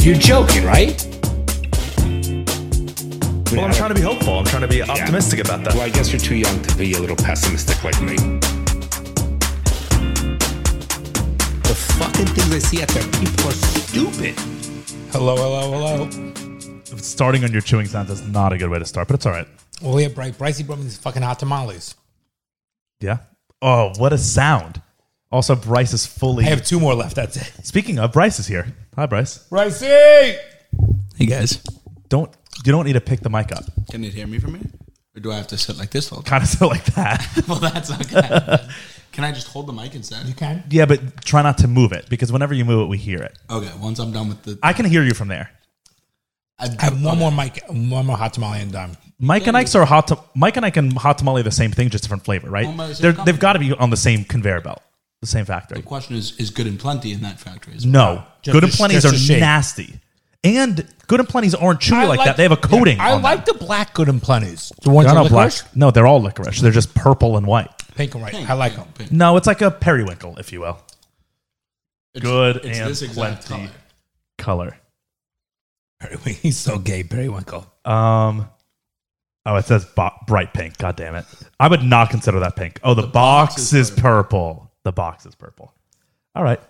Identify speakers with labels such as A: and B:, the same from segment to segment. A: You're joking, right?
B: Well, I'm trying to be hopeful. I'm trying to be
A: Yeah.
B: optimistic about that.
A: Well, I guess you're too young to be a little pessimistic like me. The fucking things I see out there, people are stupid.
C: Hello, hello, hello.
B: Starting on your chewing sounds is not a good way to start, but it's all right.
C: Well, yeah, Bryce, Brycey brought me these fucking hot tamales.
B: Yeah. Oh, what a sound. Also, Bryce is fully.
C: I have two more left. That's it.
B: Speaking of, Bryce is here. Hi, Bryce.
C: Brycey!
D: Hey guys,
B: Don't you don't need to pick the mic up.
D: can you hear me from here, or do I have to sit like this all the
B: Kind of so like that.
D: time? well, that's not gonna happen. Can I just hold the mic instead?
C: You can.
B: yeah, but try not to move it because whenever you move it, we hear it.
D: Okay, once I'm done with the,
B: I can hear you from there.
C: I have one more mic, one more hot tamale and done.
B: Mike and Ike's are hot. To, Mike and Ike and hot tamale are the same thing, just different flavor, right?
D: Oh, my, it's a
B: They're,
D: company.
B: they've got to be on the same conveyor belt, the same factory.
D: the question is: Is good and plenty in that factory? As well?
B: No,
C: Just
B: good
C: a-
B: and plenties
C: just a
B: are
C: shape.
B: nasty, and good and plenties aren't chewy like, that. They have a coating.
C: Yeah, I
B: on them.
C: like the black good and plenties. The ones
B: They're
C: that
B: not
C: look
B: black.
C: black.
B: No, they're all licorice. They're just purple and white.
C: Pink and right. I like them.
D: Pink.
B: No, it's like a periwinkle, if you will.
D: It's-
B: Good
D: it's
B: and
D: this exact
B: plenty.
D: color.
B: Color.
C: He's so gay, periwinkle.
B: Um. Oh, it says bo- bright pink. God damn it! I would not consider that pink. Oh, the, box, is purple. The box is purple. All right,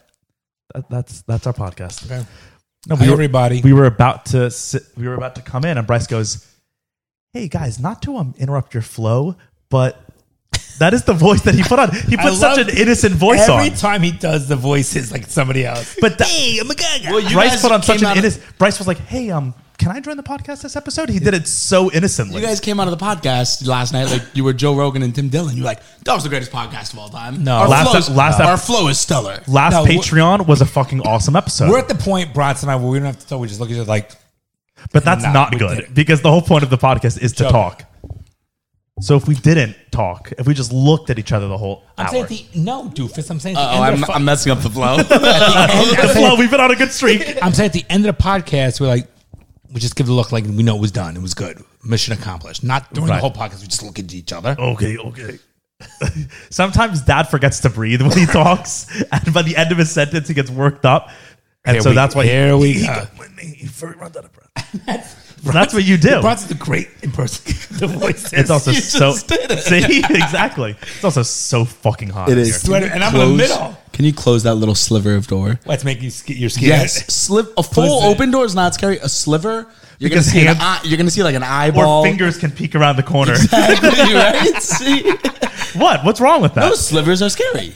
B: That- that's that's our podcast.
C: Okay.
B: No,
C: Hi,
B: we were,
C: everybody.
B: we were about to sit, we were about to come in, and Bryce goes, "Hey guys, not to um, interrupt your flow, but that is the voice that he put on. He put such
C: love
B: an innocent voice
C: Every
B: on."
C: time he does the voices like somebody else.
B: But the-
D: Well, you
B: Bryce
D: guys
B: put on such
D: came
B: an
D: out of-
B: innocent. Bryce was like, "Hey, um, can I join the podcast this episode?" He did it so innocently.
D: You guys came out of the podcast last night like you were Joe Rogan and Tim Dillon. You're like, that was the greatest podcast of all time. No, our,
B: Last
D: flow,
B: ep-
D: is,
B: last ep-
D: our flow is stellar.
B: Last
C: No, we're-
B: Patreon was a fucking awesome episode,
C: We're at the point, Bronson and I, where we don't have to tell. We just look at each other like,
B: but that's
C: Nah,
B: not
C: we
B: good
C: didn't.
B: because the whole point of the podcast is to
C: Joke.
B: talk. So if we didn't talk, if we just looked at each other the whole
C: I'm
B: hour,
C: saying the, no, doofus. I'm saying at the end
D: Oh,
C: of
D: I'm,
C: the fu-
D: I'm messing up the flow. At the end-
B: That's low. We've been on a good streak.
C: I'm saying at the end of the podcast, we're like, we just give the look like we know it was done. It was good. Mission accomplished. Not during
B: Right.
C: the whole podcast. We just look at each other.
B: Okay, okay. Sometimes dad forgets to breathe when he talks, and by the end of his sentence, he gets worked up, and
C: Here
B: so
C: we-
B: that's why
C: here we
B: he,
C: go.
B: He, he, first runs out of breath. that's what you do.
C: Bronson's a great in person. the voice
B: It's also
D: You
B: so
D: just did it.
B: see exactly. It's also so fucking hot. in here.
C: Sweater, and I'm in the middle.
D: Can you close that little sliver of door?
C: Let's make you sk- your skin.
D: Yes, sliv- a full
C: Listen.
D: open door is not scary. A sliver, you're
B: Because
D: gonna see
B: hands-
D: an eye, you're gonna see like an
B: Or
D: eyeball.
B: fingers can peek around the corner.
D: Exactly, right? See,
B: What? What's wrong with that?
D: those slivers are scary.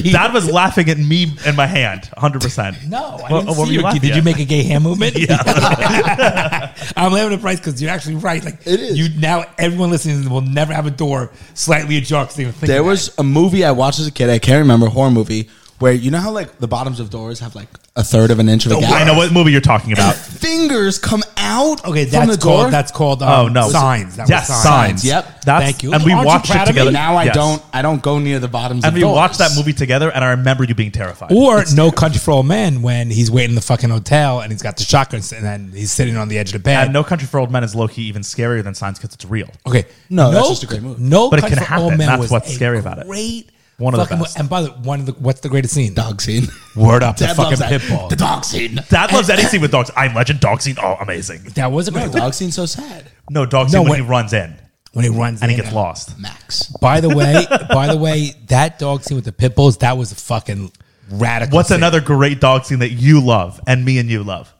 B: Dad was laughing at me and my hand, hundred percent.
C: No, I
B: Well,
C: didn't
B: what were
C: see
B: you
C: you.
B: laughing
C: Did you
B: at?
C: make a gay hand movement? I'm laughing at Bryce because you're actually right. Like
D: It is.
C: you now, everyone listening will never have a door slightly ajar because they even think
D: there
C: about
D: was a movie I watched as a kid. I can't remember a horror movie where you know how like the bottoms of doors have like a third of an inch of a gap.
B: I know what movie you're talking about.
C: Um,
D: Fingers come out.
C: it. Okay,
D: from the
C: that's called
D: door.
C: that's called
B: Oh
C: um,
B: no,
C: signs. That was
B: yes, signs.
D: Yep.
B: That's,
C: Thank you.
B: And we
C: Aren't you
B: watched
C: proud
B: it
C: of me?
B: together.
D: now I
B: Yes.
D: don't. I don't go near the bottoms.
B: And
D: of
B: we
D: doors.
B: watched that movie together, and I remember you being terrified.
C: Or No Country for Old Men when he's waiting in the fucking hotel and he's got the shotgun and then he's sitting on the edge of the bed.
B: And No Country for Old Men is low key even scarier than Signs because it's real.
C: okay,
D: No, that's just a great movie.
C: No,
B: But it
C: Country
B: can
C: for Old
B: happen.
C: Men
B: That's
C: was
B: what's
C: a
B: scary about it.
C: Great,
B: One of the
C: fucking mo-
B: best.
C: and by the one of the what's the greatest scene?
D: dog scene.
C: Word up, the
D: Dad
C: fucking
D: loves that.
C: pit bull.
D: The dog scene.
B: Dad loves any scene with dogs. I'm Legend. Dog scene. Oh, amazing.
C: That was a great
D: The
C: one.
D: dog scene's so sad.
B: No dog scene
C: No,
B: when
C: wait.
B: he runs in
C: when he runs
B: and he
C: in
B: gets lost.
D: Max.
C: By the way, by the way, that dog scene with the pit bulls that was a fucking radical.
B: What's
C: scene.
B: another great dog scene that you love and me and you love?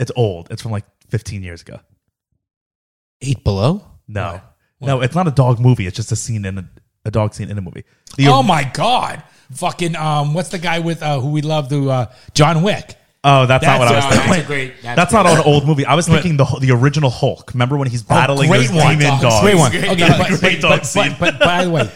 B: It's old. It's from like 15 years ago.
C: eight below?
B: No, no, it's not a dog movie. It's just a scene in a, a dog scene in a movie. The,
C: Oh
B: oh,
C: my god! Fucking um, what's the guy with uh, who we love? The uh, John Wick.
B: oh, that's, not what I was
C: That's-
B: thinking.
C: that's a great- Oh,
B: That's, not an old movie. I was thinking the the original Hulk. Remember when he's battling
C: great
B: those
C: one.
B: demon dogs?
C: Great one.
D: Great
C: Okay,
D: dog-
B: great
C: but, but-
B: dog
C: but-
B: scene.
C: but- but by the way,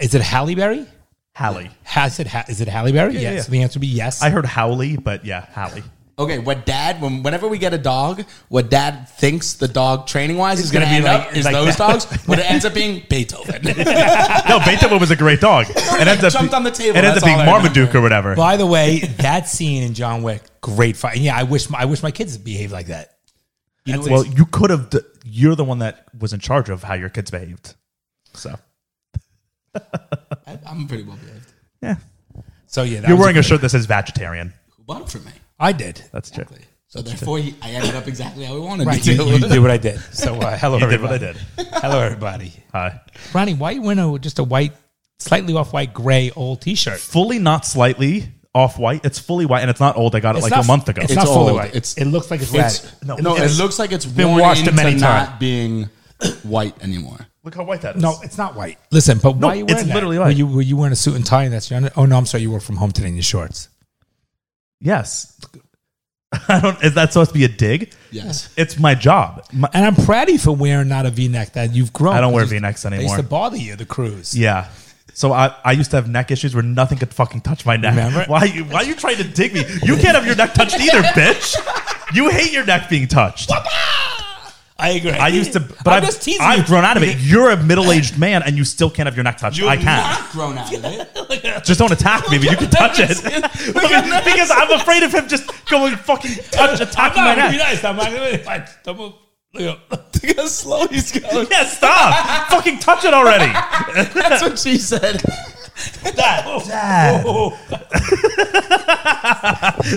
C: is it Halle Berry?
B: Hallie.
C: Has it? Ha- is it Halle Berry?
B: yeah,
C: yes.
B: yeah.
C: The answer would be yes.
B: I heard Howley, but yeah, Hallie.
D: Okay, what dad? When, whenever we get a dog, what dad thinks the dog training wise is going to
B: gonna
D: be
B: be
D: like,
B: like-
D: is
B: like that.
D: those dogs, but it ends up being Beethoven.
B: No, Beethoven was a great dog. It ends up
D: Jumped on the table,
B: It ends up
D: that's
B: being
D: all I
B: Marmaduke or whatever.
C: by the way, that scene in John Wick, great fight. Yeah, I wish my, I wish my kids behaved like that. You know,
B: well,
C: it's-
B: you could have. d- You're the one that was in charge of how your kids behaved. So
D: I- I'm pretty well behaved.
B: yeah,
C: so yeah, that
B: you're
C: was a
B: wearing a
C: great-
B: shirt that says vegetarian.
D: Who bought it for me?
C: I did.
B: That's true.
D: So therefore, you- I ended up exactly how we wanted
C: Right.
D: me
C: You,
D: to.
C: you did what I did. So uh, hello,
B: You did what I
C: everybody.
B: did.
C: Hello, everybody.
B: Hi.
C: Ronnie, why you wearing a, just a white, slightly off white gray old t shirt?
B: Fully not slightly off white. It's fully white and it's not old. I got it like a month ago.
C: It's, not fully
D: old.
C: white.
D: It's-
C: it looks like it's,
D: It's-
C: ratty.
B: No,
D: no,
B: it's
D: it looks like it's
C: been
D: worn
C: washed
D: into
C: many
D: not being white anymore.
B: Look how white that is.
C: No, it's not white. Listen, but why are you
B: it's
C: wearing that?
B: literally
C: Were
B: white.
C: you, were you wearing a suit and tie and that's your under- Oh, no, I'm sorry. You work from home today in your shorts.
B: Yes. I don't. Is that supposed to be a dig?
D: Yes.
B: It's my job. My,
C: And I'm proud of you for wearing not a V-neck that you've grown.
B: I don't wear
C: It used-
B: V-necks
C: It used
B: anymore.
C: to bother you, Oh, the cruise.
B: Yeah. So I, I used to have neck issues where nothing could fucking touch my neck.
C: Remember?
B: Why you why you trying to dig me? You can't have your neck touched either, bitch. You hate your neck being touched.
C: I agree.
B: I used to, but
C: I'm
B: I've,
C: just teasing
B: I've
C: you.
B: grown out of it. You're a middle aged man, and you still can't have your neck touched. I can.
D: Not grown out of it.
B: Just don't attack me, but you can touch it because, because I'm afraid of him just going fucking touch attacking my
C: I'm not be
B: neck.
C: nice. I'm not gonna if I don't move. Look up.
D: Look how slow he's going.
B: Yeah, stop! fucking touch it already.
D: That's what she said.
B: Dad.
C: Oh.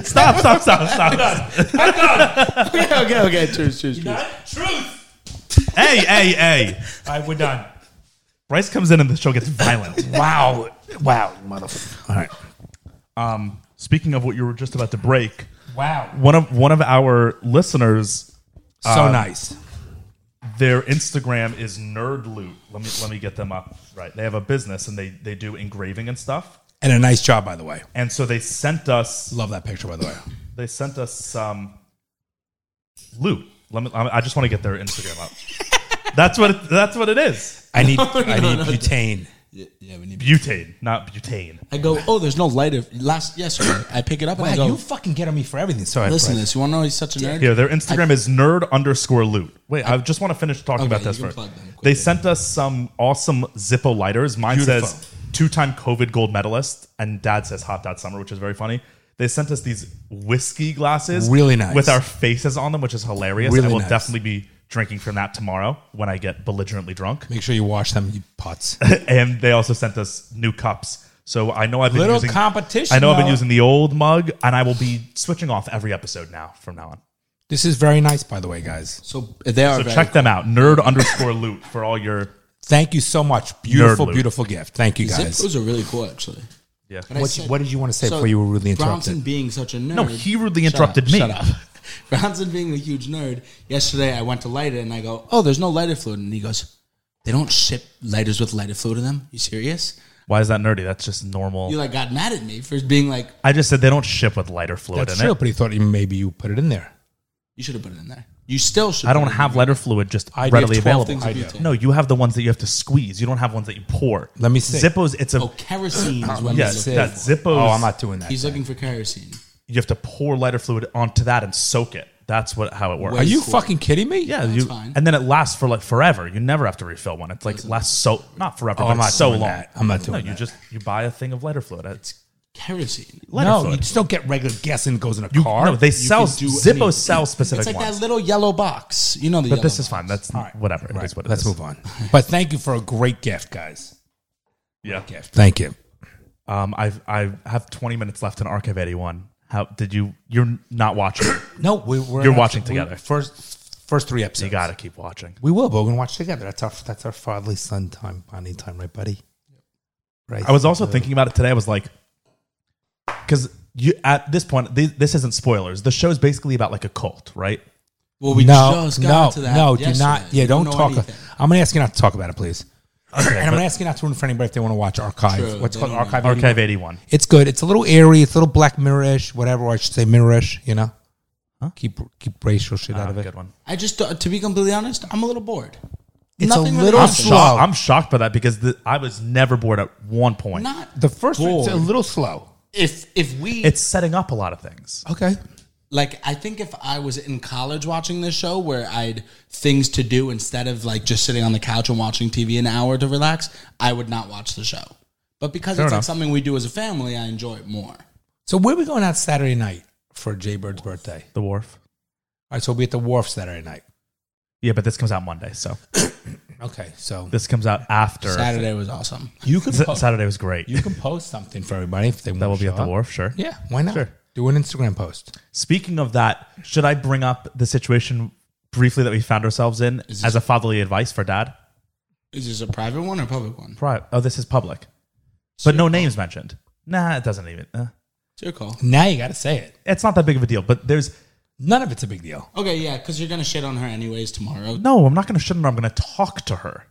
B: stop! Stop! Stop! Stop!
D: okay, okay, okay. Cheers, cheers, cheers.
C: Truth.
B: hey! Hey! Hey!
C: I we're done.
B: Bryce comes in and the show gets violent.
C: Wow. Wow, motherfucker. All right.
B: Um, speaking of what you were just about to break,
C: Wow. Um,
B: one of one of our listeners,
C: So nice.
B: their Instagram is Nerd Loot. Let me let me get them up. Right, they have a business and they they do engraving and stuff.
C: And a nice job, by the way.
B: And so they sent us
C: Love that picture, by the way.
B: they sent us some loot. Let me. I I just want to get their Instagram up. that's what it, that's what it is.
C: I need I need butane.
D: Yeah, yeah, we need.
B: Butane, not butane.
D: I go. Oh, there's no lighter. Last yesterday, I pick it up and I
C: Wow,
D: go.
C: you fucking get on me for everything. Sorry.
D: Listen to
C: Bryce.
D: this. You want to know he's such a nerd?
B: Here, their Instagram is nerd underscore loot. Wait, I, just want to finish talking about
D: you
B: this
D: can
B: first.
D: plug them
B: They
D: quickly.
B: sent us some awesome Zippo lighters. Mine
C: Beautiful.
B: says two-time COVID gold medalist, and Dad says hot dot summer, which is very funny. They sent us these whiskey glasses,
C: Really nice.
B: with our faces on them, which is hilarious.
C: Really
B: I will
C: nice.
B: definitely be drinking from that tomorrow when I get belligerently drunk.
C: Make sure you wash them, you pots.
B: and they also sent us new cups. So I know I've been
C: Little
B: using
C: competition,
B: I know I've been
C: though.
B: using the old mug, and I will be switching off every episode now from now on.
C: This is very nice, by the way, guys.
D: So they are.
B: So
D: very,
B: check them out, nerd underscore loot for all your
C: Thank you so much. Beautiful,
B: loot.
C: beautiful gift. Thank you, guys.
D: Zippos are really cool, actually.
B: yeah.
D: And I
C: What,
D: said-
C: what did you want to say
D: so
C: before you were rudely
D: Bronson
C: interrupted?
D: being such a nerd.
B: No, he rudely interrupted me.
D: Shut up. Bronson being a huge nerd. Yesterday, I went to light it and I go, "Oh, there's no lighter fluid," and he goes, "They don't ship lighters with lighter fluid in them." You serious?
B: Why is that nerdy? That's just normal.
D: You like got mad at me for being like,
B: I just said they don't ship with lighter fluid
C: That's
B: in
C: true,
B: it.
C: but he thought maybe you put it in there.
D: "You should have put it in there." You still should.
B: I
D: put
B: don't
D: it in
B: have lighter fluid just
C: I do.
B: readily
C: You have 12
B: available.
D: things
B: I
D: of
B: do.
D: butane.
B: No, you have the ones that you have to squeeze. You don't have ones that you pour.
C: Let me see.
B: Zippos. It's a
D: there. Oh, kerosene is what
B: yes.
D: he's looking
B: That
D: for.
B: Zippos.
C: Oh, I'm not doing that.
D: He's looking for kerosene.
B: You have to pour lighter fluid onto that and soak it. That's what how it works.
C: Are you
D: Cool.
C: fucking kidding me?
B: Yeah, you,
D: fine.
B: and then it lasts for like forever. You never have to refill one. It's like lasts so not forever, but
C: Oh, I'm
B: it's
C: not
B: so
C: doing
B: long.
C: that. I'm not
B: No,
C: doing
B: you
C: that.
B: just you buy a thing of lighter fluid. It's
D: Kerosene.
B: lighter
C: no,
B: fluid.
C: you just don't get regular gas and it goes in a
B: You-
C: car.
B: no, they sell
D: can do
B: Zippo
D: anything.
B: sells specific
D: It's like
B: ones.
D: that little yellow box. You know the.
B: but this is fine. That's whatever. It
C: right,
B: is what it
C: let's
B: is.
C: move on. But thank you for a great gift, guys.
B: Yeah.
C: Gift. Thank you.
B: Um. I've I have 20 minutes left in Archive 81. How did you? You're not watching. it.
C: No, we, we're
B: You're
C: not-
B: watching
C: we-
B: together.
C: First, first three episodes.
B: you gotta keep watching.
C: We will, but we're gonna watch together. That's our that's our fatherly son time, bonding time, right, buddy? Right.
B: I was also thinking about it today. I was like, because you at this point, th- this isn't spoilers. The show's basically about like a cult, right?
D: Well, we
C: no,
D: just got
C: no,
D: to that.
C: no. Do
D: yesterday.
C: not. Yeah,
D: You
C: don't,
D: know
C: talk.
D: anything.
C: I'm gonna ask you not to talk about it, please.
B: Okay.
C: And I'm
B: but
C: gonna ask you not to ruin it for anybody if they want to watch Archive.
D: True,
C: What's
D: they
C: called
D: don't
C: Archive?
B: Archive 81.
C: It's good. It's a little airy. It's a little Black Mirror-ish, whatever. Or I should say Mirror-ish. You know, keep keep racial shit out
B: Ah,
C: of it.
B: good one.
D: I just, uh, to be completely honest, I'm a little bored.
C: It's a
D: Nothing really
C: little
B: I'm
D: happened.
C: slow.
B: shocked. I'm shocked by that because the, I was never bored at one point.
D: Not
C: The first one's a
D: Bored.
C: little slow.
D: if if we
B: it's setting up a lot of things.
C: Okay.
D: like. I think if I was in college watching this show, where I'd things to do instead of like just sitting on the couch and watching TV an hour to relax, I would not watch the show. But because it's
B: enough.
D: like something we do as a family, I enjoy it more.
C: So where are we going out Saturday night for Jay Bird's birthday?
B: The wharf.
C: All right, so we'll be at the wharf Saturday night.
B: Yeah, but this comes out Monday, so
C: Okay, so
B: this comes out after
D: Saturday was awesome.
C: you can
B: S- Saturday was great.
C: you can post something for everybody if they want.
B: that will
C: to
B: be
C: show
B: at the
C: up.
B: wharf, sure.
C: Yeah, why not?
B: Sure.
C: Do an Instagram post.
B: Speaking of that, should I bring up the situation briefly that we found ourselves in
D: Is this-
B: as a fatherly advice for dad?
D: Is this a private one or public one?
B: Pri- Oh, this is public, but no names mentioned. Nah, it doesn't even. uh,
D: It's your call.
C: Now you got to say it.
B: it's not that big of a deal. But there's
C: None of it's a big deal.
D: Okay, yeah, because you're gonna shit on her anyways tomorrow.
B: no. I'm not going to shut her. I'm going to talk to her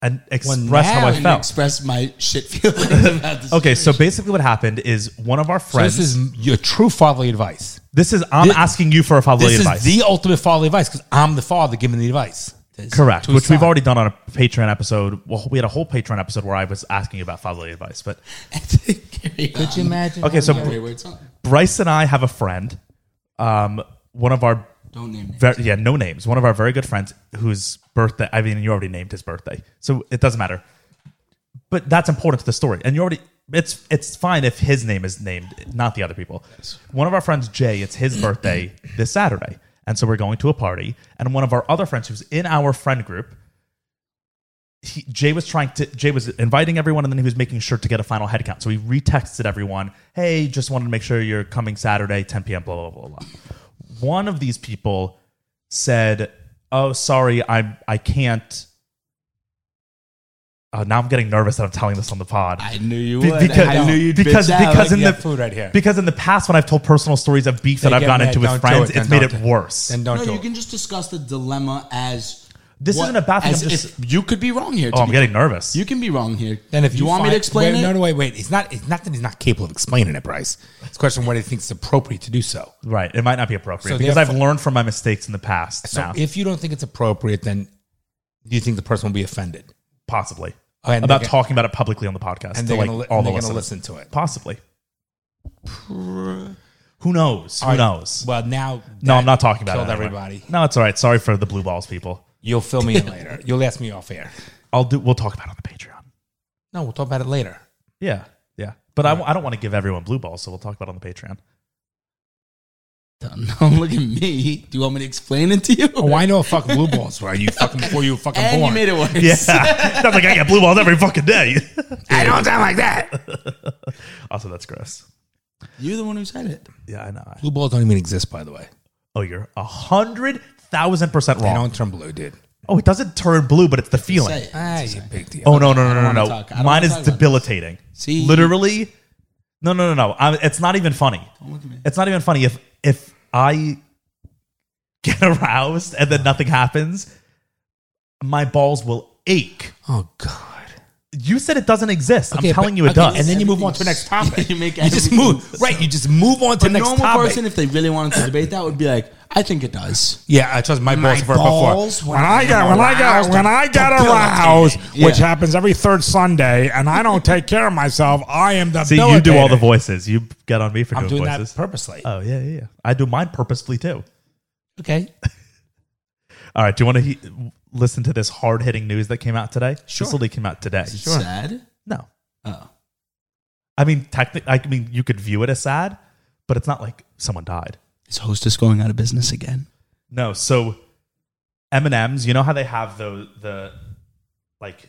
B: and express how
C: now
B: I
C: you
D: And
B: felt.
D: express my shit feelings about this.
B: okay, so basically, what happened is one of our
C: So
B: friends.
C: this is your true fatherly advice.
B: This is I'm
C: Thi-
B: asking you for a fatherly
C: This
B: advice.
C: is the ultimate fatherly advice because I'm the father giving the advice.
B: Correct,
C: to his
B: which we've
C: son.
B: already done on a Patreon episode. Well, we had a whole Patreon episode where I was asking you about fatherly advice. But
D: Could you
C: imagine?
B: okay, so Br-
D: Wait, wait, stop.
B: Bryce and I have a friend, um, one of our
D: Don't name me.
B: ver- yeah no names, one of our very good friends whose birthday. I mean, you already named his birthday, so it doesn't matter. But that's important to the story, and you already it's it's fine if his name is named, not the other people. One of our friends, Jay, it's his birthday this Saturday, and so we're going to a party. And one of our other friends, who's in our friend group, he, Jay was trying to Jay was inviting everyone and then he was making sure to get a final head count. So he retexted everyone, "Hey, just wanted to make sure you're coming Saturday 10 p.m. blah blah blah blah." blah." One of these people said, "Oh, sorry, I I can't." Oh, now I'm getting nervous that I'm telling this on the pod.
D: I knew you
B: Be-
D: would.
B: because-
D: I knew you'd
B: because-
D: bitch out.
B: because in
C: You
B: the-
C: have food right here.
B: because in the past, when I've told personal stories of beef
C: They
B: that I've
C: get
B: gotten
C: mad,
B: into with
C: don't do
B: friends,
C: it,
B: it's
C: then
B: made it
C: don't do it.
B: worse.
C: Then don't
D: no,
C: do
D: you
C: it.
D: can just discuss the dilemma as
B: This
D: is
B: isn't a bad thing,
D: As
B: I'm just-
D: if you could be wrong here.
B: oh, I'm
D: Timmy.
B: getting nervous.
D: You can be wrong here.
C: Then if
D: Do you, want me
C: find-
D: to explain
C: wait,
D: it,
C: no, no, wait, wait. It's not. It's not that he's not capable of explaining it, Bryce. It's a question of whether he thinks it's appropriate to do so.
B: right. It might not be appropriate
C: So
B: because I've
C: therefore-
B: learned from my mistakes in the past
C: So
B: now,
C: if you don't think it's appropriate, then do you think the person will be offended?
B: possibly.
C: Okay, and
B: about
C: they're gonna-
B: talking about it publicly on the podcast.
C: And
B: to
C: they're
B: like
C: going
B: all the
C: to
B: listeners.
C: listen to it.
B: Possibly. Who knows? Who
C: All right.
B: knows?
C: Well, now
B: no,
C: that
B: I'm not talking about
C: killed
B: it anymore.
C: everybody.
B: No, it's all right. Sorry for the blue balls, people.
C: You'll fill me in later. You'll ask me off air.
B: I'll do. We'll talk about it on the Patreon.
C: No, we'll talk about it later.
B: Yeah, yeah. But I, I don't want to give everyone blue balls, so we'll talk about it on the Patreon.
D: no, look at me. Do you want me to explain it to you?
C: Oh, I know a fucking blue balls were. You fucking before you were fucking
D: and
C: born.
D: you made it worse.
B: Yeah, that's like I get blue balls every fucking day.
C: I don't sound like that.
B: also, that's gross.
D: You're the one who said it.
B: Yeah, I know.
C: Blue balls don't even exist, by the way.
B: Oh, you're a hundred thousand percent
C: They
B: wrong.
C: don't turn blue, dude.
B: Oh, it doesn't turn blue, but it's the feeling.
D: Say it.
C: Ah, you big deal.
B: Oh no no no
D: don't
B: no
D: wanna
B: no!
D: talk. I
B: Mine
D: don't wanna
B: is
D: talk about this.
B: debilitating.
D: See?
B: literally, no no no no. I, it's not even funny.
D: look at me.
B: It's not even funny if if I get aroused and then nothing happens, my balls will ache.
C: Oh god.
B: You said it doesn't exist.
C: Okay,
B: I'm telling
C: but-
B: you it
C: okay,
B: does.
C: And then you move on to the next topic.
D: You make
C: just
D: everything-
C: move right. You just move on to the
D: A
C: next
D: normal
C: topic.
D: person, if they really wanted to debate that, would be like, I think it does.
C: yeah, I trust my, balls were
D: balls
C: before.
D: when I'm aroused
C: when I got aroused,
D: Yeah.
C: happens every third Sunday, and I don't take care of myself, I am the.
B: See, you do all the voices. You get on me for
C: I'm
B: doing
C: doing
B: voices.
C: that purposely.
B: oh yeah, yeah, yeah. I do mine purposefully too.
C: okay.
B: All right. Do you want to he- listen to this hard hitting news that came out today?
C: Sure.
B: This literally came out today.
D: Sad?
B: No.
D: Oh.
B: I mean, technically, I mean, you could view it as sad, but it's not like someone died.
D: Is Hostess going out of business again?
B: No, so M and M's. You know how they have the the like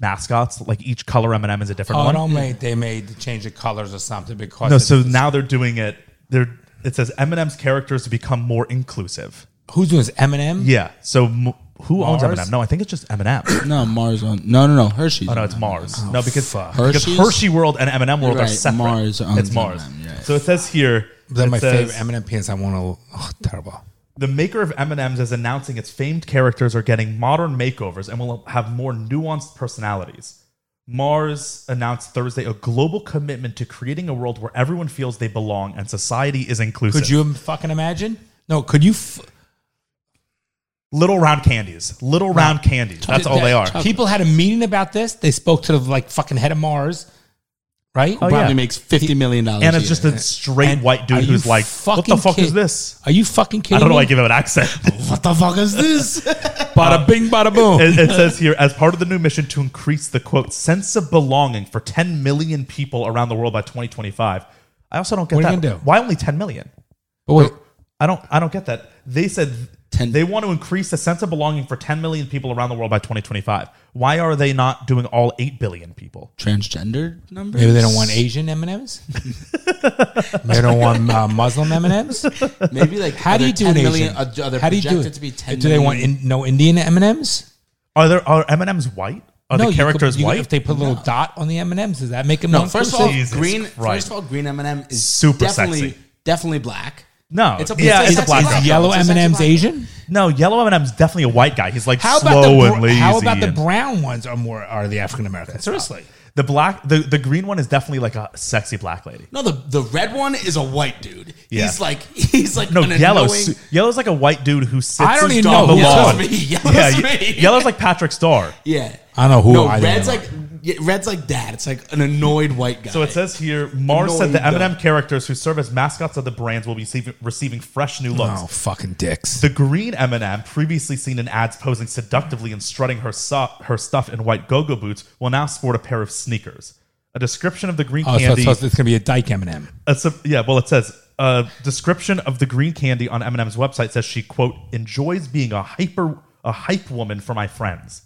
B: mascots. Like each color M and M is a different
C: Oh,
B: one.
C: no, mate, they made change the colors or something because
B: No,
C: it's-
B: so now they're doing it. They're it says M and M's characters to become more inclusive.
C: who's doing this? Eminem.
B: Yeah. So m- who owns M
C: Mars?
B: and M? No, I think it's just M and M.
D: No, Mars on. No, no, no. Hershey's.
B: Oh no,
D: on
B: it's
D: that.
B: Mars. no, because because
D: Hershey's?
B: Hershey World and M and M World
D: You're
B: are
D: right,
B: separate.
D: Mars owns
B: it's Mars.
D: M&M, you're right.
B: So it says here.
C: They're
B: it
C: my
B: says,
C: favorite Eminem pants. I want to. Oh, terrible.
B: The maker of M&M's is announcing its famed characters are getting modern makeovers and will have more nuanced personalities. Mars announced Thursday a global commitment to creating a world where everyone feels they belong and society is inclusive.
C: Could you fucking imagine? No, could you? F-
B: Little round candies. Little round candies. That's all they are.
C: People had a meeting about this. They spoke to the like fucking head of Mars, right?
B: Oh,
D: Probably
B: yeah.
D: makes $50 million.
B: And
D: a
B: it's just
D: year.
B: a straight
C: And
B: white
C: are
B: dude
C: you
B: who's like, what the
C: fucking
B: fuck is
C: kid-
B: this?
C: Are you fucking kidding
B: I don't know
C: me?
B: why I give him an accent.
C: what the fuck is this? Bada bing, bada boom.
B: it, it says here as part of the new mission to increase the quote sense of belonging for 10 million people around the world by 2025 i also don't get
C: What are
B: that
C: you gonna do?
B: why only 10 million
C: But wait,
B: i don't i don't get that they said
D: Ten-
B: They want to increase the sense of belonging for 10 million people around the world by 2025. Why are they not doing all 8 billion people?
D: transgender numbers.
C: Maybe they don't want Asian M and M's. They don't want uh, Muslim M and M's.
D: Maybe like
C: How do you do an Asian?
D: Other
C: How do you do
D: projected
C: it?
D: to be ten.
C: do they want
D: million.
C: in, no Indian M and M's?
B: Are there are M&Ms white? Are the characters white?
C: If they put a little dot on the M and M's, does that make them
D: No, first of all,
B: Jesus
D: green.
B: Christ.
D: First of all, green M and M is
B: Super
D: definitely
B: sexy.
D: definitely black.
B: no.
D: It's a-
B: yeah,
D: it's
B: it's,
D: a
B: a
D: sexy
B: black
D: black
B: guy.
D: girl.
C: yellow
D: It's a
C: M and
D: sexy
C: M's
D: black girl.
C: Asian?
B: No, yellow M&M's definitely a white guy. He's like
C: How about
B: slow
C: the br-
B: and lazy.
C: how about the
B: and-
C: brown ones are more are the African Americans? Seriously,
B: The black, the, the green one is definitely like a sexy black lady.
D: No, the the red one is a white dude.
B: Yeah.
D: He's like he's like
B: No,
D: an
B: yellow.
D: annoying-
B: su- Yellow's like a white dude who sits.
C: I don't
B: his
C: even
B: dog
C: know.
B: on the
C: Yellow's
B: lawn.
D: me. Yellow's
B: Yeah, y-
D: me.
B: yellow's like Patrick Starr.
D: Yeah,
C: I don't know who
D: No,
C: I
D: red's
C: don't
D: like yeah, red's like dad. It's like an annoyed white guy.
B: So it says here, Mars said
D: Annoying
B: the M&M
D: dog.
B: characters who serve as mascots of the brands will be receiving, receiving fresh new looks.
C: oh fucking dicks.
B: The green M&M, previously seen in ads posing seductively and strutting her, su- her stuff in white go-go boots, will now sport a pair of sneakers. A description of the green
C: Oh, so,
B: candy.
C: so it's gonna be a Dyke M&M. M and M.
B: a sub- yeah, well, it says a description of the green candy on M&M's website says she quote enjoys being a hyper a hype woman for my friends.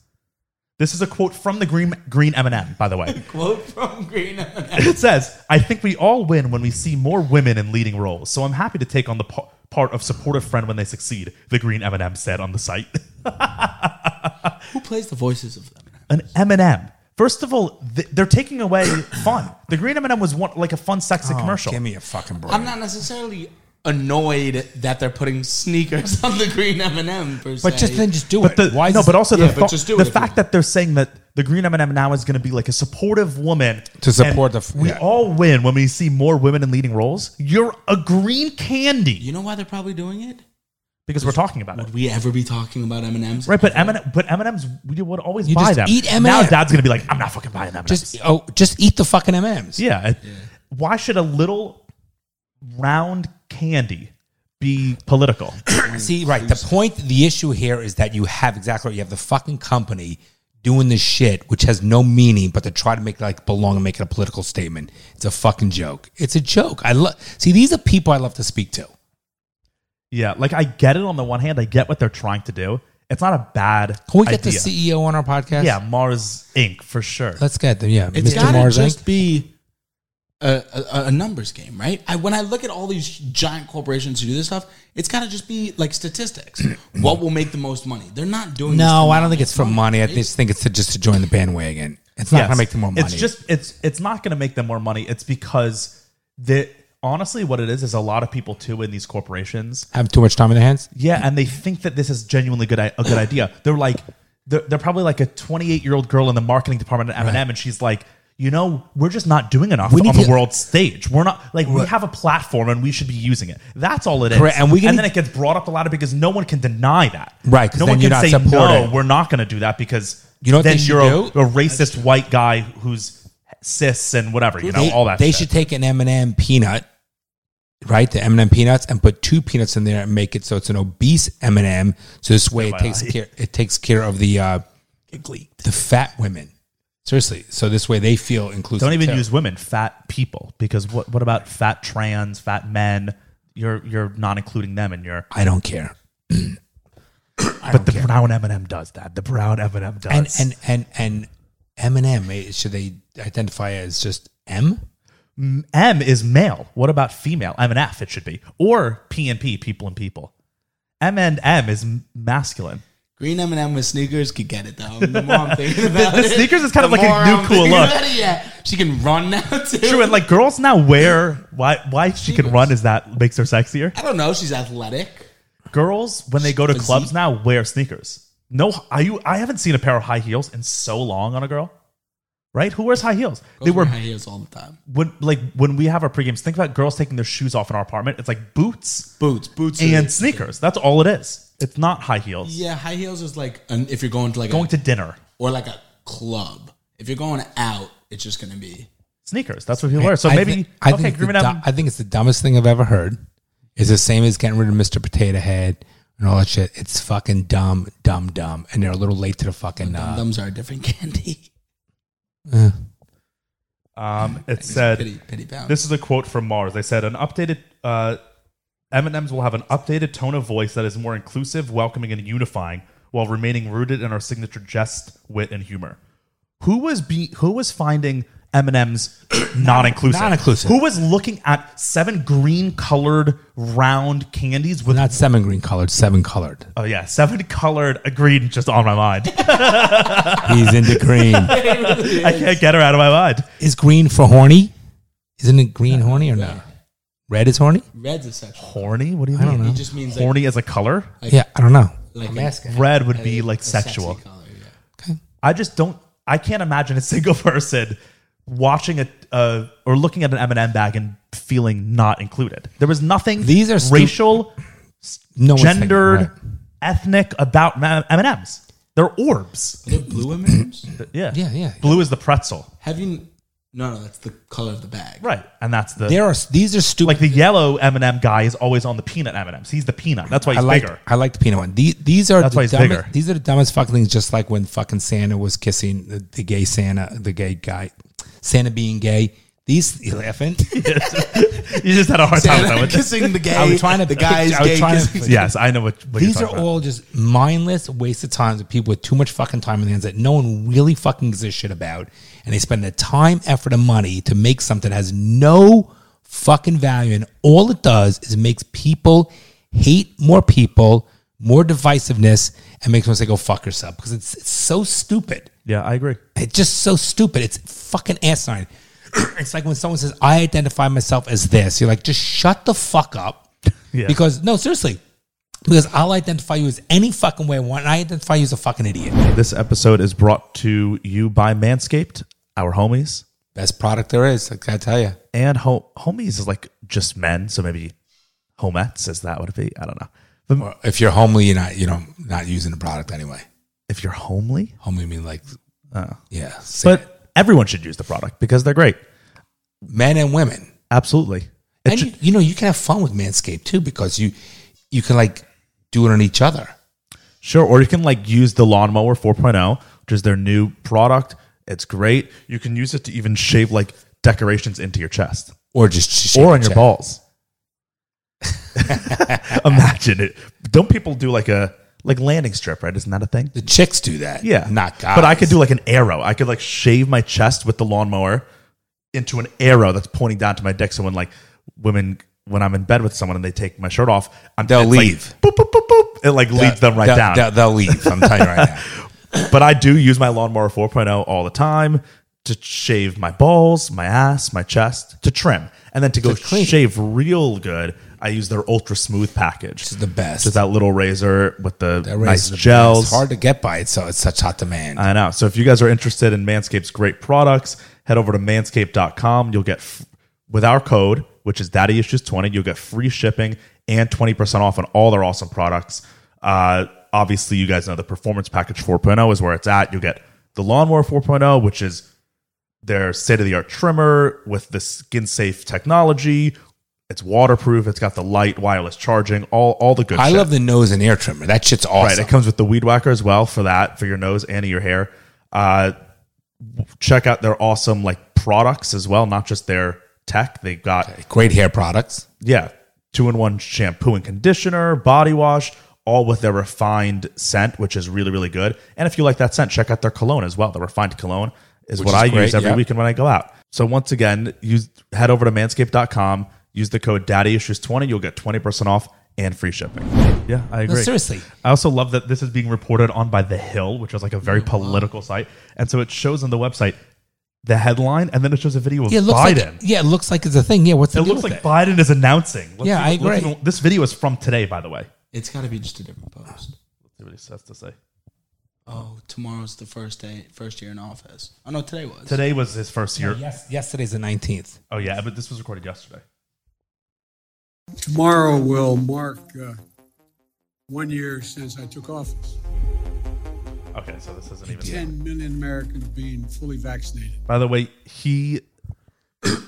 B: This is a quote from the green green M&M, by the way.
D: quote from Green M&M.
B: It says, I think we all win when we see more women in leading roles, so I'm happy to take on the pa- part of supportive friend when they succeed, the green M&M said on the site.
D: Who plays the voices of them?
B: An M&M. First of all, th- they're taking away fun. The green M&M was one, like a fun, sexy commercial.
C: Give me a fucking break.
D: I'm not necessarily annoyed that they're putting sneakers on the green M&M per se.
C: but just then, just do
B: But
C: it.
B: the,
C: Why? Is
B: no, but also
D: yeah,
B: the,
D: but
B: fa-
D: just do
B: the
D: it if you
B: fact that they're saying that the green M&M now is going to be like a supportive woman
C: To support
B: and
C: the f-
B: we
C: yeah.
B: all win when we see more women in leading roles. You're a green candy
D: you know why they're probably doing it?
B: because we're talking about it.
D: Would we ever be talking about M&Ms?
B: Right, but M and but M and M's we would always
C: You
B: buy
C: just
B: them.
C: eat M&M.
B: Now Dad's gonna be like, I'm not fucking buying M and M's.
C: just oh, just eat the fucking M and M's.
B: Yeah. Why should a little round candy be political?
C: See, right. The point, the issue here is that you have exactly right. You have the fucking company doing this shit, which has no meaning, but to try to make like belong and make it a political statement. It's a fucking joke. It's a joke. I love. See, these are people I love to speak to.
B: yeah, like I get it on the one hand, I get what they're trying to do. It's not a bad
C: Can we get
B: idea.
C: the CEO on our podcast?
B: Yeah, Mars Inc. for sure.
C: let's get them. Yeah,
D: It's
C: Mr.
D: gotta
C: Mars.
D: just
C: Inc.
D: be a, a, a numbers game, right? I, when I look at all these giant corporations who do this stuff, it's gotta just be like statistics. what will make the most money? They're not doing. this
C: No,
D: for
C: I don't think
D: money.
C: it's for money. I just think it's to, just to join the bandwagon. It's not
B: Yes.
C: gonna make them more money.
B: It's just it's it's not gonna make them more money. It's because the honestly what it is is a lot of people too in these corporations
C: have too much time in their hands.
B: Yeah, and they think that this is genuinely good i- a good idea. They're like they're, they're probably like a 28 year old girl in the marketing department at M&M, and she's like, you know, we're just not doing enough
C: We need
B: on the
C: to-
B: world stage. We're not like we have a platform and we should be using it. That's all it is.
C: Correct, and we can- e-
B: and then it gets brought up a lot because no one can deny that.
C: Right, 'cause
B: No
C: then
B: one
C: you're
B: can
C: not
B: say no.
C: supportive."
B: We're not going to do that because
C: You know what they
B: then
C: should
B: you're a,
C: do?
B: a racist white guy who's cis and whatever. You know
C: they,
B: all that.
C: They
B: shit.
C: should take an M and m peanut, right? The M and m peanuts, and put two peanuts in there and make it so it's an obese M and m So this way, it takes care. It takes care of the uh, the fat women. Seriously, so this way they feel inclusive.
B: Don't even
C: too.
B: use women, fat people, because what what about fat trans, fat men? You're you're not including them in your.
C: I don't care.
B: but the brown M and M does that. The brown M and M does.
C: And and and and M and M eh, should they identify as just M?
B: M is male. What about female? M and F it should be, or P and P, people and people. M and M is m- masculine.
D: Green M&M with sneakers could get it though. The more I'm thinking about
B: the
D: it,
B: sneakers is kind of
D: the
B: like a
D: more
B: new
D: I'm
B: cool
D: thinking
B: look.
D: about it, yeah, she can run now too.
B: True, and like girls now wear why why she can run is that makes her sexier.
D: I don't know. She's athletic.
B: Girls when they go to
D: Physique.
B: clubs now wear sneakers. No, I you I haven't seen a pair of high heels in so long on a girl. Right? Who wears high heels? they
D: Those were
B: were
D: high heels all the time.
B: when like when we have our pregames, think about girls taking their shoes off in our apartment. It's like boots
D: Boots, boots,
B: and sneakers. That's all it is. It's not high heels.
D: Yeah, high heels is like an, if you're going to like
B: Going
D: a,
B: to dinner,
D: or like a club. If you're going out, it's just gonna be
B: sneakers. That's what people wear. So
C: I
B: maybe
C: thi- I
B: okay,
C: think it's
B: Green
C: the
B: M.
C: du- I think it's the dumbest thing I've ever heard. It's the same as getting rid of Mr. Potato Head and all that shit. It's fucking dumb, dumb, dumb, and they're a little late to the fucking. Uh,
D: thumbs are a different candy.
C: eh.
B: Um, it said
D: Pity, pity pound.
B: this is a quote from Mars. They said an updated uh, M&Ms will have an updated tone of voice that is more inclusive, welcoming, and unifying, while remaining rooted in our signature jest, wit, and humor. Who was be who was finding M&Ms not inclusive?
C: Not inclusive.
B: Who was looking at seven green colored round candies with
C: Not seven green colored, seven colored.
B: Oh yeah, seven colored agreed just on my mind.
C: He's into green.
B: I can't get her out of my mind.
C: Is green for horny? Isn't it green horny or no? Red is horny?
D: Red's a sexual.
B: Horny? What do you mean?
D: It just means like,
B: Horny as a color?
C: yeah, I don't know.
D: like
C: I'm
D: a-
C: asking.
B: Red would be like
D: a sexy
B: sexual.
D: color, yeah.
B: I just don't. I can't imagine a single person watching a uh, or looking at an M and M bag and feeling not included. There was nothing.
C: These are stu-
B: racial,
C: No one's thinking,
B: gendered,
C: right.
B: ethnic about M and M's. They're orbs.
D: Are there blue M&Ms?
B: Yeah,
C: Yeah, yeah.
B: Blue is the pretzel,
D: Have you? No, no, that's the color of the bag.
B: right? And that's the
C: There are these are stupid.
B: like the yellow M and m guy is always on the peanut M and M's. He's the peanut. That's why
C: I
B: he's
C: like
B: bigger.
C: I like the peanut one. These these are
B: That's
C: the
B: why it's
C: dumbest,
B: bigger.
C: These are the dumbest fucking things. Just like when fucking Santa was kissing the, the gay Santa, the gay guy, Santa being gay. These you laughing?
B: You just had a hard time with that one.
D: kissing the gay.
C: I was trying to
D: the guys.
C: I was
D: gay
C: trying to-
D: kissing-
B: Yes, I know what. what
C: These
B: you're
C: are
B: talking about.
C: all just mindless waste of time with people with too much fucking time in their hands that no one really fucking gives a shit about, and they spend the time, effort, and money to make something that has no fucking value, and all it does is makes people hate more people, more divisiveness, and makes them say go fuck yourself because it's, it's so stupid.
B: Yeah, I agree.
C: It's just so stupid. It's fucking asinine. it's like when someone says, I identify myself as this. You're like, just shut the fuck up.
B: Yeah.
C: Because, no, seriously. Because I'll identify you as any fucking way I want. And I identify you as a fucking idiot.
B: This episode is brought to you by Manscaped, our homies.
C: Best product there is, I gotta tell you.
B: and home homies is like just men, so maybe homettes is that what it be? I don't know. But
C: Or if you're homely, you're not, you know, not using the product anyway.
B: if you're homely,
C: Homely mean like,
B: Oh.
C: yeah. say it.
B: but everyone should use the product because they're great.
C: men and women.
B: Absolutely. It
C: And
B: ju-
C: you, you know, you can have fun with Manscaped too because you, you can like do it on each other.
B: sure, or you can like use the lawnmower 4.0, which is their new product. It's great. You can use it to even shave like decorations into your chest
C: Or just
B: or on your balls. Imagine it. Don't people do like a like landing strip, right? Isn't that a thing?
C: The chicks do that.
B: Yeah.
C: Not guys.
B: But I could do like an arrow. I could like shave my chest with the lawnmower into an arrow that's pointing down to my dick. So when like women, when I'm in bed with someone and they take my shirt off, I'm
C: They'll
B: it's like,
C: leave.
B: boop, boop, boop, boop. It like leads them right
C: They'll-
B: down.
C: They'll, they'll leave. I'm telling you right now.
B: But I do use my lawnmower 4.0 all the time to shave my balls, my ass, my chest, to trim. And then to go
C: clean.
B: shave real good, I use their ultra smooth package. Which
C: is the best.
B: Just that little razor with the
C: That
B: nice
C: raises the-
B: gels. Uh,
C: It's hard to get by it, so it's such hot demand.
B: I know. So if you guys are interested in Manscaped's great products, head over to manscaped.com. You'll get, f- with our code, which is daddyissues20, you'll get free shipping and 20% off on all their awesome products. Uh, obviously, you guys know the Performance Package 4.0 is where it's at. You'll get the Lawnmower 4.0, which is their state of the art trimmer with the skin safe technology. It's waterproof. It's got the light, wireless charging, all, all the good
C: I
B: shit.
C: love the nose and ear trimmer. That shit's awesome.
B: Right. It comes with the weed whacker as well for that, for your nose and your hair. Uh, check out their awesome like products as well, not just their tech. They've got
C: Great hair products.
B: yeah, two in one shampoo and conditioner, body wash, all with their refined scent, which is really really good. And if you like that scent, check out their cologne as well. The refined cologne is what
C: is
B: I
C: great,
B: use every
C: yeah.
B: weekend when I go out. So once again, use head over to manscaped.com, use the code daddyissues20, you'll get 20% off and free shipping. Yeah, I agree.
C: seriously.
B: I also love that this is being reported on by The Hill, which was like a
C: Oh,
B: very political site. And so it shows on the website the headline and then it shows a video of
C: Yeah, it looks
B: Biden.
C: like yeah, it looks like it's a thing. Yeah, what's the
B: It
C: deal
B: looks
C: with
B: like Biden is announcing. Let's
C: Yeah,
B: see
C: I
B: what- let's
C: agree.
B: see- This video is from today, by the way.
D: It's got to be just a different post.
B: That's what he says to say.
D: Oh, tomorrow's the first day, first year in office. Oh no, today was.
B: Today was his first year.
C: it? Yes, yesterday's the nineteenth.
B: Oh yeah, but this was recorded yesterday.
E: Tomorrow will mark uh, one year since I took office.
B: Okay, so this isn't even.
E: 10 million Americans being fully vaccinated.
B: By the way, he,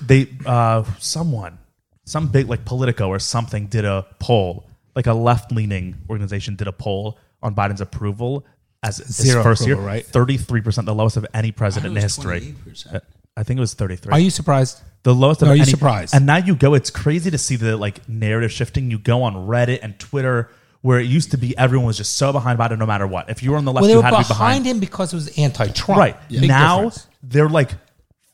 B: they, uh, someone, some big like Politico or something did a poll, like a left leaning organization did a poll on Biden's approval as his
C: Zero
B: first
C: approval,
B: year,
C: right?
B: Thirty three percent, the lowest of any
D: I thought
B: president in
D: it was
B: history.
D: 28%.
B: I think it was 33.
C: Are you surprised?
B: the lowest of
C: Are you
B: any-
C: surprised?
B: And now you go. It's crazy to see the like narrative shifting. You go on Reddit and Twitter where it used to be everyone was just so behind about it no matter what. If you were on the left,
C: Well, they
B: you
C: were
B: had to
C: behind,
B: be behind.
C: him because it was anti-Trump.
B: Right
C: Big
B: now,
C: difference.
B: they're like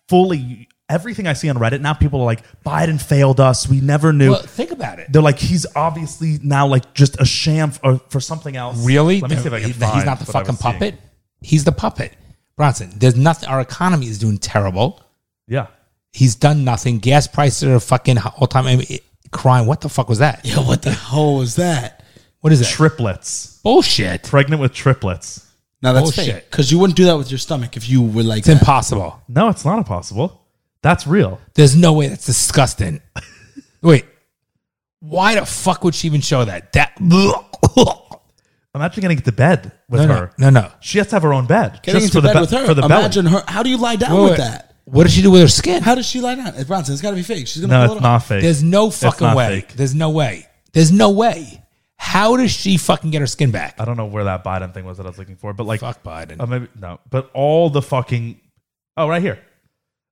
B: fully everything I see on Reddit. Now people are like Biden failed us. We never knew.
C: Well, think about it.
B: they're like he's obviously now like just a sham for, for something else.
C: Really?
B: Let me see if I can
C: He-
B: find
C: He's not the
B: what I was
C: fucking
B: seeing.
C: puppet. He's the puppet. Bronson, there's nothing. Our economy is doing terrible.
B: Yeah.
C: He's done nothing. Gas prices are fucking all time crime. What the fuck was that?
D: Yo, what the hell was that?
C: What is that?
B: Triplets.
C: Bullshit.
B: Pregnant with triplets.
D: No, that's
C: Bullshit.
D: fake. Because you wouldn't do that with your stomach if you were like
C: It's
D: that.
C: impossible.
B: No, it's not impossible. That's real.
C: There's no way. That's disgusting. Wait, why the fuck would she even show that? That
B: Imagine getting to bed with
C: no,
B: her.
C: no, no, no.
B: She has to have her own bed.
D: Getting
B: just for
D: into
B: the
D: bed
B: be-
D: with her.
B: For the
D: Imagine
B: belly.
D: her. How do you lie down
C: Wait,
D: with
C: wait.
D: that?
C: What does she do with her skin?
D: How does she lie down? It's Bronson, it's got to be fake. She's gonna.
B: No,
D: pull
B: it's
D: it off.
B: not fake.
C: There's no
B: It's
C: fucking
B: not
C: way.
B: fake.
C: There's no way. There's no way. How does she fucking get her skin back?
B: I don't know where that Biden thing was that I was looking for, but like,
C: Fuck Biden.
B: oh, maybe no. But all the fucking, oh, right here.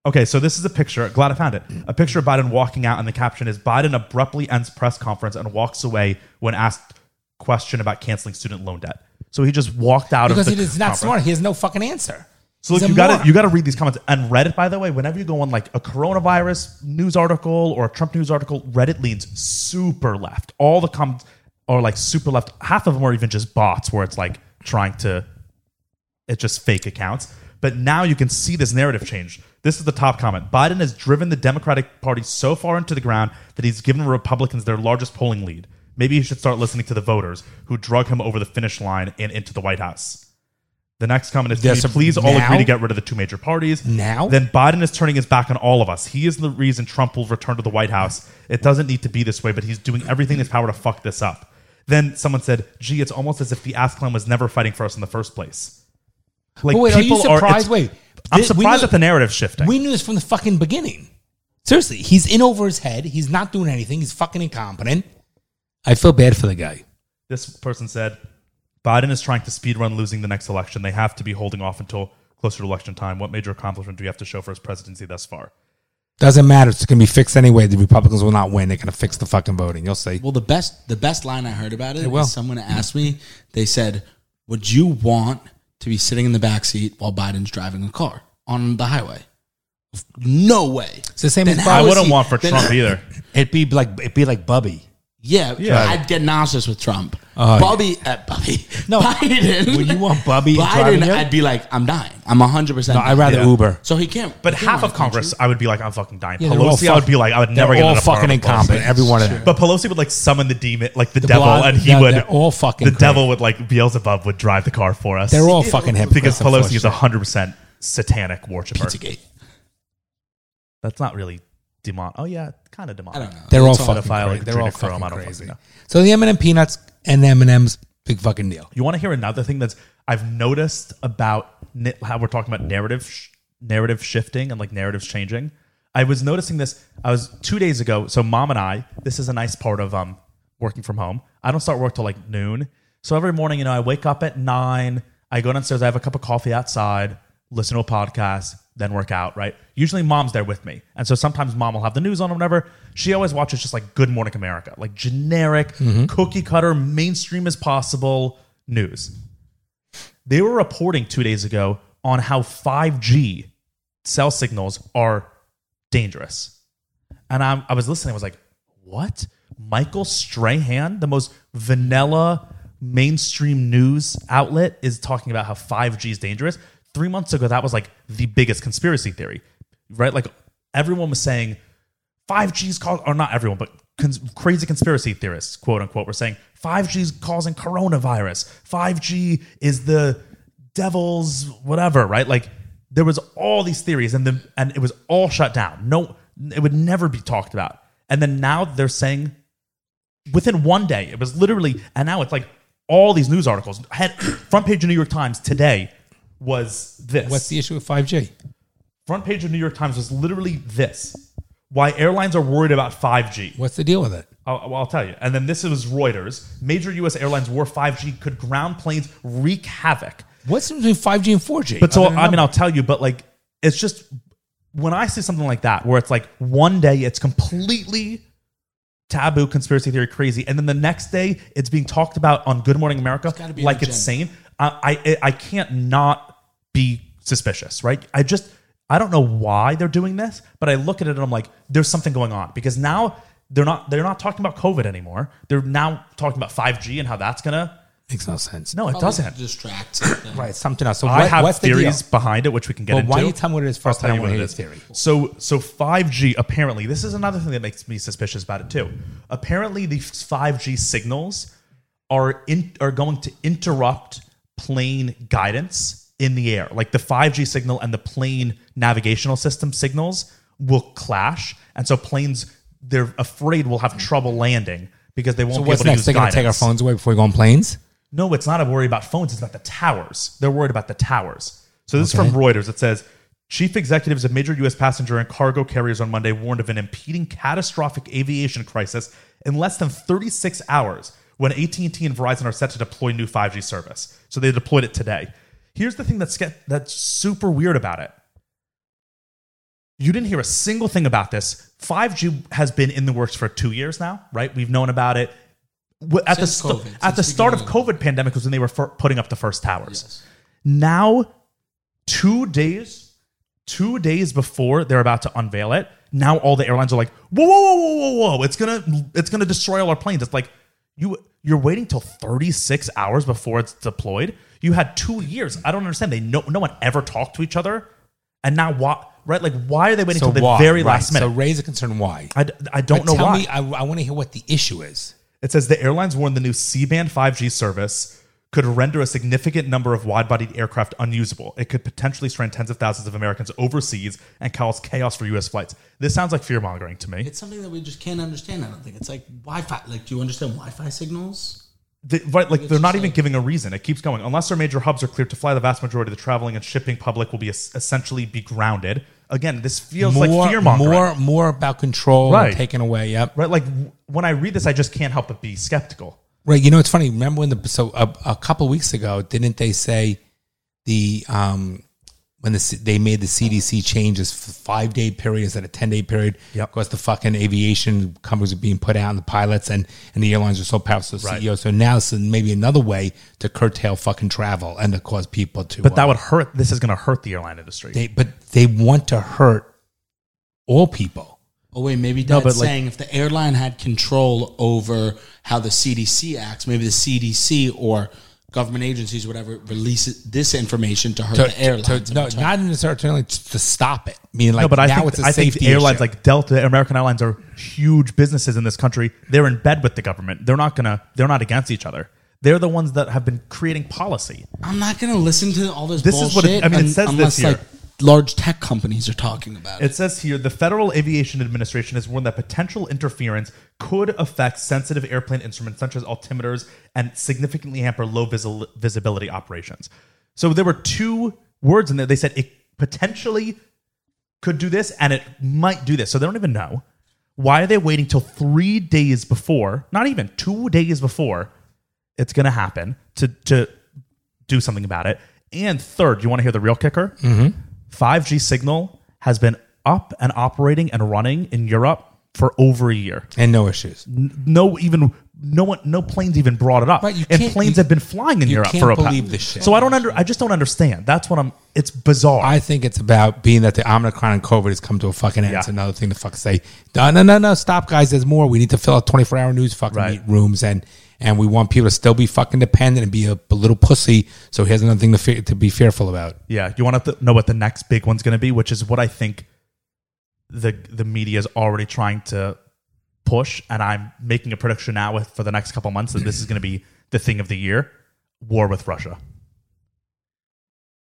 B: Okay, so this is a picture. Glad I found it. A picture of Biden walking out, and the caption is: Biden abruptly ends press conference and walks away when asked question about canceling student loan debt. So he just walked out
C: because
B: of
C: he
B: the
C: is not
B: conference.
C: smart. He has no fucking answer.
B: uh, So look,
C: He's a
B: you got
C: moron.
B: to you got to read these comments and Reddit. By the way, whenever you go on like a coronavirus news article or a Trump news article, Reddit leans super left. All the comments are like super left. Half of them are even just bots, where it's like trying to it's just fake accounts. But now you can see this narrative change. This is the top comment. Biden has driven the Democratic Party so far into the ground that he's given Republicans their largest polling lead. Maybe he should start listening to the voters who drug him over the finish line and into the White House. The next comment is
C: There's
B: "Can we
C: a-
B: please all
C: now?
B: agree to get rid of the two major parties.
C: Now?
B: Then Biden is turning his back on all of us. He is the reason Trump will return to the White House. It doesn't need to be this way, but he's doing everything in his power to fuck this up. Then someone said, gee, it's almost as if the Ascalon was never fighting for us in the first place. Like
C: But wait, are you
B: people it's-
C: surprised? Wait,
B: I'm
C: thi- we
B: surprised
C: knew-
B: at the narrative shifting.
C: We knew this from the fucking beginning. Seriously, he's in over his head. He's not doing anything. He's fucking incompetent. I feel bad for the guy.
B: this person said, Biden is trying to speedrun losing the next election. They have to be holding off until closer to election time. What major accomplishment do you have to show for his presidency thus far?
C: Doesn't matter. It's going to be fixed anyway. The Republicans will not win. They're going to fix the fucking voting. You'll see.
D: Well, the best the best line I heard about it
C: will.
D: was someone asked me. They said, "Would you want to be sitting in the back seat while Biden's driving a car on the highway?" No way.
C: It's the same
D: Then
C: as
D: how
B: I
D: is
C: Biden.
B: wouldn't
D: he-
B: want for
D: then-
B: Trump either.
C: It'd be like it'd be like Bubby.
D: Yeah,
B: Yeah.
D: I'd get nauseous with Trump.
C: Oh,
D: Bobby, uh, Bobby,
C: No.
D: Biden.
C: Would you want Bubby driving
D: Biden,
C: you?
D: I'd be like, I'm dying. I'm 100. percent
C: No, I'd rather
B: Yeah.
C: Uber.
D: So he can't.
B: But
D: he can't
B: half
D: run
B: of
D: the country.
B: Congress, I would be like, I'm fucking dying.
C: Yeah, they're all
B: Pelosi, I would
C: fuck-
B: be like, I would
C: They're
B: never get
C: all
B: in a car
C: fucking
B: with Pelosi.
C: incompetent. Every one of them.
B: But Pelosi would like summon the demon, like the, devil,
C: blonde-
B: and he
C: they're-
B: would.
C: they're all fucking
B: the
C: crazy.
B: devil would like Beelzebub would drive the car for us.
C: They're all fucking hypocrites.
B: because Pelosi is
C: unfortunately.
B: 100 percent satanic worshiper.
D: Pizzagate.
B: That's not really demon. Oh yeah, kind of demonic.
D: I don't know.
C: They're all
D: It's
C: fucking
B: pedophile,
C: crazy.
B: like
C: They're all
B: Katrina Chrome, I
C: fucking
B: don't
C: crazy.
B: fucking
C: So the M and M peanuts and the M and M's big fucking deal.
B: You want to hear another thing that's I've noticed about ni- how we're talking about narrative sh- narrative shifting and like narratives changing. I was noticing this. I was two days ago. So mom and I. This is a nice part of um working from home. I don't start work till like noon. So every morning, you know, I wake up at nine. I go downstairs. I have a cup of coffee outside. Listen to a podcast, then work out. Right. Usually, mom's there with me, and so sometimes mom will have the news on or whatever. She always watches just like Good Morning America, like generic, cookie cutter, mainstream as possible news they were reporting two days ago on how 5G cell signals are dangerous. And I'm, I was listening, I was like, what? Michael Strahan, the most vanilla mainstream news outlet, is talking about how 5G is dangerous. Three months ago, that was like the biggest conspiracy theory, right? Like everyone was saying 5G is causing, or not everyone, but cons- crazy conspiracy theorists, quote unquote, were saying 5G is causing coronavirus. 5G is the devil's whatever, right? Like there was all these theories, and the and it was all shut down. No, it would never be talked about. And then now they're saying within one day. It was literally, and now it's like all these news articles. Head front page of New York Times today was this.
C: What's the issue with five G?
B: front page of New York Times was literally this? Why airlines are worried about 5G.
C: What's the deal with it?
B: I'll, well, I'll tell you. And then this was Reuters. Major U.S. airlines war 5G could ground planes wreak havoc.
C: What's the difference between five G and four G?
B: But so I mean, I'll tell you. But like, it's just when I see something like that, where it's like one day it's completely taboo, conspiracy theory, crazy, and then the next day it's being talked about on Good Morning America
D: gotta be an
B: like it's
D: agenda.
B: sane. I, I I can't not be suspicious, right? I just I don't know why they're doing this, but I look at it and I'm like, there's something going on because now they're not they're not talking about COVID anymore. They're now talking about 5G and how that's gonna.
C: Makes no sense.
B: No, it doesn't.
D: distract.
C: Right, it's something else. So
B: I
C: what-
B: have
C: what's the deal?
B: theories behind it, which we can get
C: Well,
B: into.
C: why don't you tell me what it is first?
B: I'll tell
C: I
B: you what
C: don't wanna
B: it
C: hear
B: is.
C: the theory.
B: So, so 5G apparently. This is another thing that makes me suspicious about it too. Apparently, the 5G signals are in, are going to interrupt plane guidance in the air. Like the 5G signal and the plane navigational system signals will clash, and so planes they're afraid will have trouble landing because they won't
C: So
B: be able
C: what's
B: to
C: next?
B: use
C: They're gonna
B: guidance.
C: take our phones away before we go on planes.
B: No, it's not a worry about phones. It's about the towers. They're worried about the towers. So this is from Reuters. It says chief executives of major U.S. passenger and cargo carriers on Monday warned of an impending catastrophic aviation crisis in less than 36 hours when AT&T and Verizon are set to deploy new 5G service. So they deployed it today. Here's the thing that's get, that's super weird about it. You didn't hear a single thing about this. 5G has been in the works for two years now, right? We've known about it. W- At
D: Since
B: the st-
D: COVID,
B: at the
D: since
B: start of
D: beginning
B: COVID pandemic was when they were fir- putting up the first towers. Now, two days, two days before they're about to unveil it, now all the airlines are like, whoa, whoa, whoa, whoa, whoa, whoa! It's gonna, it's gonna destroy all our planes. It's like you, you're waiting till 36 hours before it's deployed. You had two years. I don't understand. They no, no one ever talked to each other, and now what? Right? Like, why are they waiting
C: So
B: till the
C: why?
B: very
C: Right.
B: last minute?
C: So raise a concern. Why?
B: I, d- I don't
C: But
B: know
C: tell
B: why.
C: Me, I, want to hear what the issue is.
B: It says the airlines warned the new C band 5G service could render a significant number of wide bodied aircraft unusable. It could potentially strand tens of thousands of Americans overseas and cause chaos for U.S. flights. This sounds like fear mongering to me.
D: It's something that we just can't understand. I don't think it's like Wi-Fi. Like, do you understand Wi-Fi signals?
B: The- right, like they're
D: just
B: not even
D: like-
B: giving a reason. It keeps going. Unless our major hubs are cleared to fly, the vast majority of the traveling and shipping public will be es- essentially be grounded. Again, this feels like fear mongering.
C: more, more about control
B: Right.
C: taken away. Yep.
B: Right, like w- when I read this, I just can't help but be skeptical.
C: Right. You know, it's funny. Remember when the so a, a couple weeks ago, didn't they say the um when the C- they made the CDC changes for five day period instead of ten day period?
B: Yep.
C: Because the fucking aviation companies are being put out, and the pilots and and the airlines are so powerful, so
B: Right.
C: CEOs. So now this is maybe another way to curtail fucking travel and to cause people to.
B: But
C: uh,
B: that would hurt. This is going to hurt the airline industry.
C: they but they want to hurt all people.
D: Oh wait, maybe
B: No,
D: Dad's
B: but, like-
D: saying if the airline had control over how the CDC acts, maybe the CDC or government agencies, whatever, releases this information to hurt
C: to,
D: the airline.
C: to- no, not necessarily to stop it. Meaning, like
B: no, but
C: now
B: I think,
C: it's a
B: I think
C: safety
B: airlines
C: issue.
B: like Delta, American Airlines are huge businesses in this country. They're in bed with the government. They're not gonna. They're not against each other. They're the ones that have been creating policy.
D: I'm not going to listen to all this.
B: This
D: bullshit
B: is what it- I mean, it
D: un-
B: says this
D: unless
B: here.
D: like large tech companies are talking about it.
B: It says here the Federal Aviation Administration has warned that potential interference could affect sensitive airplane instruments such as altimeters and significantly hamper low visi- visibility operations. So there were two words in there. They said it potentially could do this and it might do this. So they don't even know. Why are they waiting till three days before, not even two days before it's going to happen to, to do something about it? And third, you want to hear the real kicker?
C: Mm-hmm.
B: 5G signal has been up and operating and running in Europe for over a year.
C: and no issues.
B: No, even no one, no planes even brought it up.
C: Right, you
B: and
C: can't-
B: planes
C: you-
B: have been flying in
C: you
B: Europe
C: can't
B: for a pa-
C: believe this shit.
B: So I don't under, I just don't understand. That's what I'm. It's bizarre.
C: I think it's about being that the Omicron and COVID has come to a fucking end. It's
B: Yeah.
C: another thing to fuck say. No, no, no, no. Stop, guys. There's more. We need to fill out 24 hour news fucking
B: Right.
C: meet rooms and and we want people to still be fucking dependent and be a, a little pussy. So here's another thing to fe- to be fearful about.
B: Yeah, you want to know what the next big one's going to be, which is what I think the the media is already trying to push, and I'm making a prediction now with, for the next couple months that this is going to be the thing of the year: war with Russia,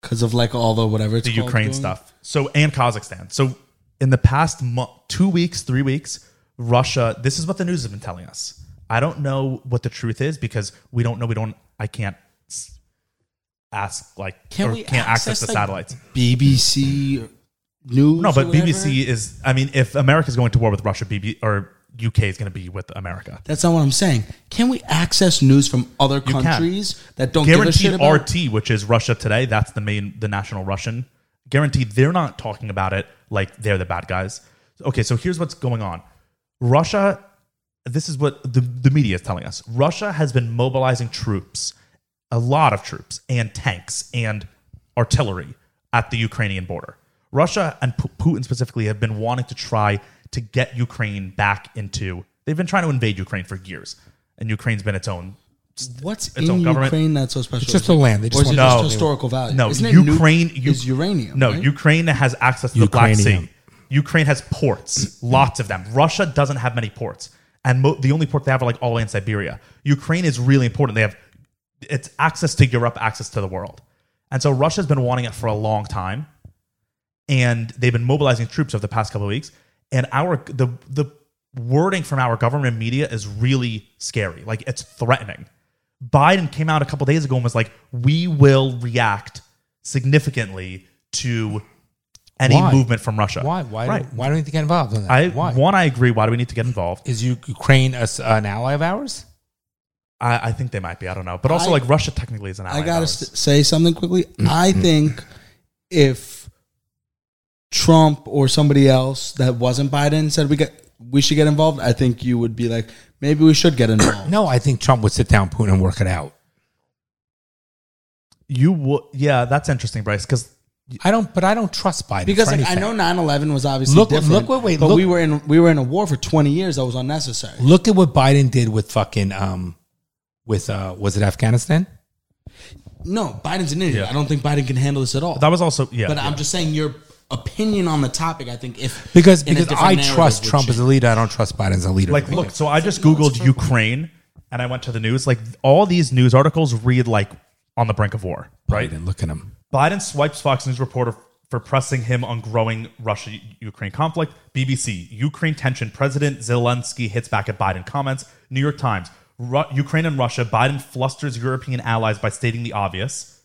D: because of like all the whatever it's
B: the
D: called
B: Ukraine
D: doing.
B: stuff. So and Kazakhstan. So in the past mo- two weeks, three weeks, Russia. This is what the news has been telling us. I don't know what the truth is because we don't know. We don't. I can't s- ask like
D: Can
B: or
D: we
B: can't access,
D: access,
B: the
D: like,
B: satellites.
D: BBC news.
B: No,
D: or
B: but
D: whatever?
B: BBC is. I mean, if America's going to war with Russia, BB or UK is going to be with America.
D: That's not what I'm saying. Can we access news from other
B: can.
D: countries that don't give a shit
B: Guaranteed,
D: about?
B: RT, which is Russia Today, that's the main, the national Russian. Guaranteed, they're not talking about it like they're the bad guys. Okay, so here's what's going on. Russia, this is what the, the media is telling us. Russia has been mobilizing troops, a lot of troops, and tanks and artillery at the Ukrainian border. Russia and Pu- Putin specifically have been wanting to try to get Ukraine back into. They've been trying to invade Ukraine for years, and Ukraine's been its own.
D: What's
B: its
D: in
B: own government.
D: Ukraine that's so special?
C: It's just the land. They
D: Or is
C: just want-
D: it just
B: No.
D: historical value?
B: No,
D: Isn't it nu-
B: Ukraine U-
D: is uranium.
B: No,
D: right?
B: Ukraine has access to the Black
C: Ukrainium.
B: Sea. Ukraine has ports, lots of them. Russia doesn't have many ports, and mo- the only port they have are like all the way in Siberia. Ukraine is really important. They have it's access to Europe, access to the world, and so Russia's been wanting it for a long time, and they've been mobilizing troops over the past couple of weeks. And our the the wording from our government media is really scary. Like it's threatening. Biden came out a couple days ago and was like, "We will react significantly to any
C: Why?
B: movement from Russia."
C: why? Why?
B: Right.
C: Why don't you get involved in that?
B: I
C: why?
B: one, I agree. Why do we need to get involved?
C: is U- Ukraine a s an ally of ours?
B: I, I think they might be. I don't know. But also,
D: I-
B: like Russia technically is an ally.
D: I
B: of
D: gotta
B: ours.
D: s- say something quickly.
B: Mm.
D: I think if Trump or somebody else that wasn't Biden said we got we should get involved, I think you would be like, maybe we should get involved.
C: No, I think Trump would sit down, Putin, and work it out.
B: you would. Yeah, that's interesting, Bryce. Because
C: I don't, but I don't trust Biden
D: Because
C: for
D: like, I
C: anything.
D: know 9-11 was obviously
C: Look-
D: different.
C: look what- wait,
D: but
C: look-
D: we were in we were in a war for twenty years that was unnecessary.
C: Look at what Biden did with fucking um, with uh, was it Afghanistan?
D: No, Biden's an idiot. I don't think Biden can handle this at all.
B: that was also yeah.
D: but
B: yeah.
D: I'm just saying your opinion on the topic. I think if
C: Because
D: in a
C: because
D: different
C: I
D: narrative
C: trust
D: would
C: Trump
D: change.
C: as a leader, I don't trust Biden as a leader.
B: like
C: Because-
B: look so i just googled ukraine and i went to the news like all these news articles read like on the brink of war right
C: Biden, look at him.
B: biden swipes fox news reporter for pressing him on growing russia ukraine conflict bbc ukraine tension president zelensky hits back at biden comments new york times Ru- ukraine and russia biden flusters european allies by stating the obvious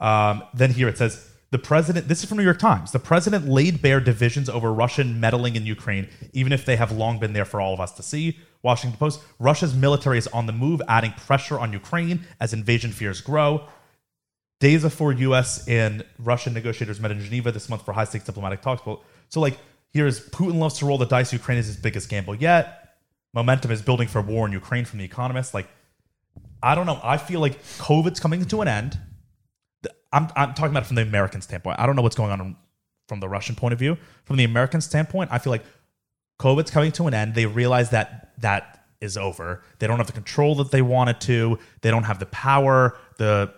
B: um, then here it says the president. This is from New York Times. The president laid bare divisions over Russian meddling in Ukraine, even if they have long been there for all of us to see. Washington Post: Russia's military is on the move, adding pressure on Ukraine as invasion fears grow. Days before U.S. and Russian negotiators met in Geneva this month for high-stakes diplomatic talks. Well, So, like, here's Putin loves to roll the dice. Ukraine is his biggest gamble yet. Momentum is building for war in Ukraine from the Economist. Like, I don't know. I feel like COVID's coming to an end. I'm, I'm talking about it from the American standpoint. I don't know what's going on from the Russian point of view. From the American standpoint, I feel like COVID's coming to an end. They realize that that is over. They don't have the control that they wanted to. They don't have the power, the